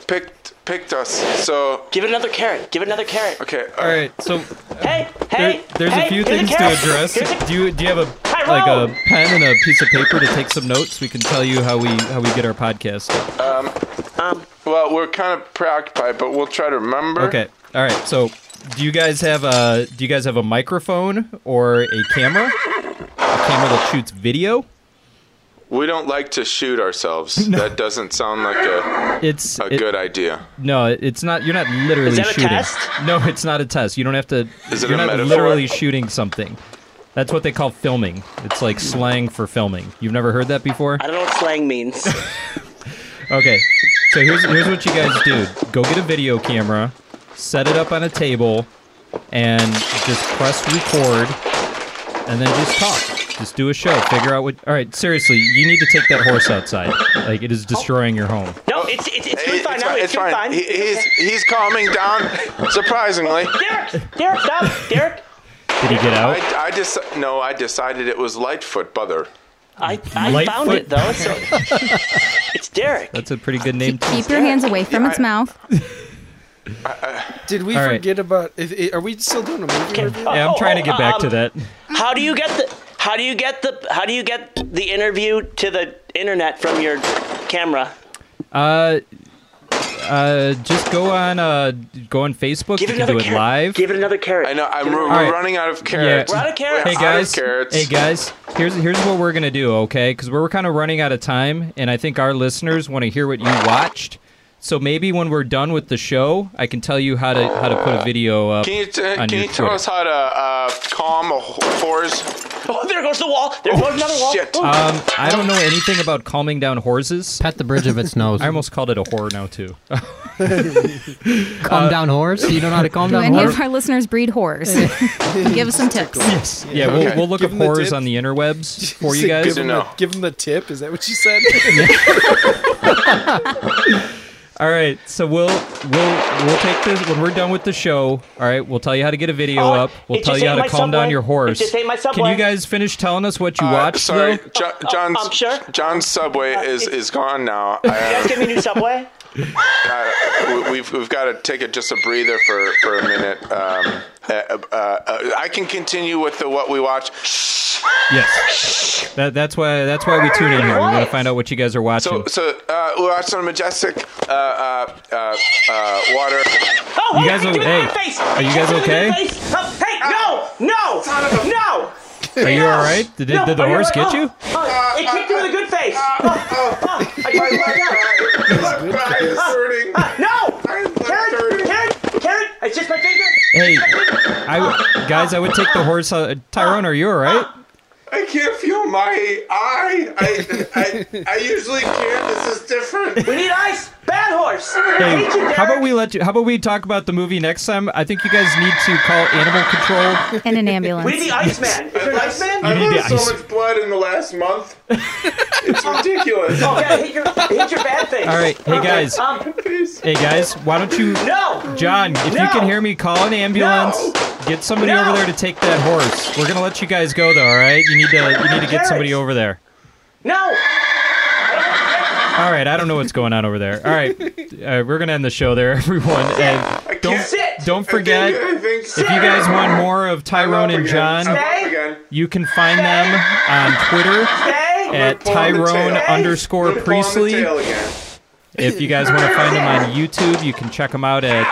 S14: picked picked us. So
S15: Give it another carrot. Give it another carrot.
S14: okay,
S2: All right, so
S15: Hey,
S2: there-
S15: hey.
S2: there's
S15: hey,
S2: a few
S15: here's
S2: things to
S15: carrot.
S2: address.
S15: Here's a
S2: Do you do you have a like
S15: Tyrone!
S2: a pen and a piece of paper to take some notes? We can tell you how we how we get our podcast.
S14: um, well, we're kind of preoccupied, but we'll try to remember.
S2: Okay. All right. So, do you guys have a do you guys have a microphone or a camera? A camera that shoots video.
S14: We don't like to shoot ourselves. That doesn't sound like a
S2: It's
S14: a good idea.
S2: No, it's not. You're not literally
S14: Is that a
S2: shooting.
S14: test?
S2: No, it's not a test. You don't have to.
S14: Is it
S2: you're
S14: a
S2: not
S14: metaphor?
S2: literally shooting something. That's what they call filming. It's like slang for filming. You've never heard that before?
S15: I don't know what slang means.
S2: Okay. So here's here's what you guys do. Go get a video camera, set it up on a table, and just press record, and then just talk. Just do a show. Figure out what. All right. Seriously, you need to take that horse outside. Like it is destroying your home.
S15: No, it's it's, it's doing fine
S14: It's
S15: now.
S14: fine.
S15: It's,
S14: It's
S15: doing
S14: fine.
S15: fine.
S14: He, he's he's calming down surprisingly.
S15: Derek, Derek, stop, Derek.
S2: Did he get out?
S14: I, I just no. I decided it was Lightfoot, brother.
S15: I, I
S2: Lightfoot.
S15: found it though. So it's Derek.
S2: That's a pretty good name. too.
S4: Keep your hands away from its mouth.
S9: Did we
S2: All right.
S9: forget about? If, i- are we still doing a movie review?
S2: Yeah, I'm trying to get back to that.
S15: How do you get the how do you get the how do you get the interview to the internet from your camera?
S2: Uh, uh, just go on uh, go on Facebook.
S15: Give it
S2: you can do
S15: another
S2: it
S15: carrot.
S2: live.
S15: Give it another carrot.
S14: I know. I'm we're,
S2: All right.
S14: running out of carrots.
S2: Yeah.
S15: We're out of carrots.
S2: Hey
S14: We're out of
S2: guys,
S14: carrots.
S2: hey guys. Here's here's what we're gonna do, okay? Because we're kind of running out of time, and I think our listeners want to hear what you watched. So maybe when we're done with the show, I can tell you how to how to put a video up.
S14: Can you t-
S2: on
S14: can
S2: your
S14: you tell
S2: Twitter.
S14: us how to uh, calm a horse?
S15: Oh, there goes the wall. There goes another wall.
S14: shit.
S15: Oh,
S2: Um, I don't know anything about calming down horses.
S3: Pet the bridge of its nose.
S2: I almost called it a whore now too. Uh,
S3: Calm down, whores. You don't know how to calm
S4: Do
S3: down
S4: any of
S3: whores.
S4: our listeners breed whores? Give us some tips.
S2: Yeah,
S14: Okay.
S2: we'll, we'll look
S9: Give
S2: up
S9: them the
S2: whores
S9: tip.
S2: on the interwebs for
S9: Is
S2: you
S9: it
S2: guys.
S9: Give
S14: Good
S9: him,
S14: to
S9: the,
S14: know.
S9: give him the tip. Is that what you said?
S2: All right, so we'll we'll we'll take this when we're done with the show. All right, we'll tell you how to get a video
S15: Oh,
S2: up. We'll
S15: it
S2: tell
S15: just
S2: you
S15: ate
S2: how to
S15: my
S2: calm down
S15: Subway.
S2: your
S15: It
S2: horse.
S15: just ate my
S2: Can
S15: Subway.
S2: you guys finish telling us what you
S14: Uh,
S2: watched?
S14: sorry,
S2: though?
S14: Jo- John's
S15: I'm um, sure.
S14: John's subway is is gone now. I,
S15: you guys give me a new subway.
S14: uh, we- we've we've got to take a, just a breather for, for a minute. Um, uh, uh, uh, I can continue with the what we watch.
S2: Yes. That, that's why that's why we tune in here. We want to find out what you guys are watching.
S14: So so uh, we watched some majestic uh, uh, uh, uh, water.
S2: You
S15: Oh, oh,
S2: guys o-
S15: give me
S2: hey,
S15: my face.
S2: are you guys
S15: Give me
S2: okay?
S15: my face. Oh, hey, no, no, no.
S2: are you all right? Did, did,
S15: No,
S2: did the
S15: are you
S2: horse
S15: all
S2: get
S15: right?
S2: you?
S15: Oh, oh, it kicked me with a good face.
S14: Uh,
S15: Oh, oh, oh, I
S14: My
S15: tried
S14: left
S15: to find out.
S14: eye, left eye is hurting.
S15: No!
S14: I'm
S15: Karen!
S14: dirty.
S15: Karen! Karen! It's just my finger!
S2: Hey,
S15: It's my finger.
S2: I guys, I would take the horse. Uh, Tyrone, are you all right?
S14: I can't feel my eye. I, I, I usually can. This is different.
S15: We need ice. Bad horse.
S2: Hey, how about we let you? How about we talk about the movie next time? I think you guys need to call animal control.
S4: And an ambulance.
S15: We need the Iceman. Is there an Iceman?
S14: I've
S2: You need
S14: lost
S2: the
S14: so much blood in the last month. It's ridiculous.
S15: Okay, Oh, hit your, hit your bad thing.
S2: All right, hey guys.
S15: Um,
S2: Hey guys, why don't you?
S15: No!
S2: John, if you
S15: No!
S2: can hear me, call an ambulance. Get somebody over there to take that horse. We're gonna let you guys go though. All right, you need to you need to get somebody over there.
S15: no.
S2: All right, I don't know what's going on over there. All right, uh, we're gonna end the show there, everyone. And don't don't forget if you guys want more of Tyrone and John, you can find them on Twitter at
S14: pulling the
S2: Tyrone
S14: tail.
S2: underscore
S14: I'm pulling the tail
S2: Priestley.
S14: again.
S2: If you guys want to find them on YouTube, you can check them out at.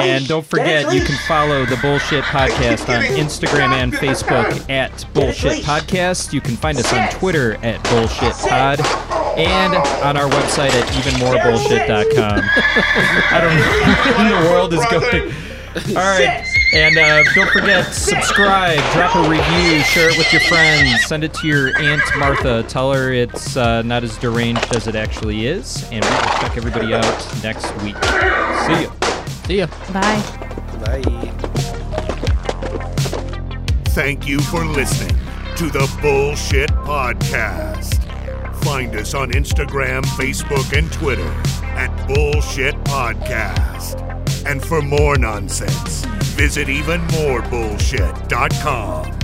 S2: And don't forget, you can follow the Bullshit Podcast on Instagram and Facebook at Bullshit Podcast. You can find us on Twitter at Bullshit Pod and on our website at evenmorebullshit.com. I don't know where in the world is going. All right. And uh, don't forget, subscribe, drop a review, share it with your friends, send it to your Aunt Martha. Tell her it's uh, not as deranged as it actually is. And we will check everybody out next week. See ya.
S3: See ya.
S4: Bye.
S9: Bye.
S8: Thank you for listening to the Bullshit Podcast. Find us on Instagram, Facebook, and Twitter at Bullshit Podcast. And for more nonsense, visit evenmorebullshit.com.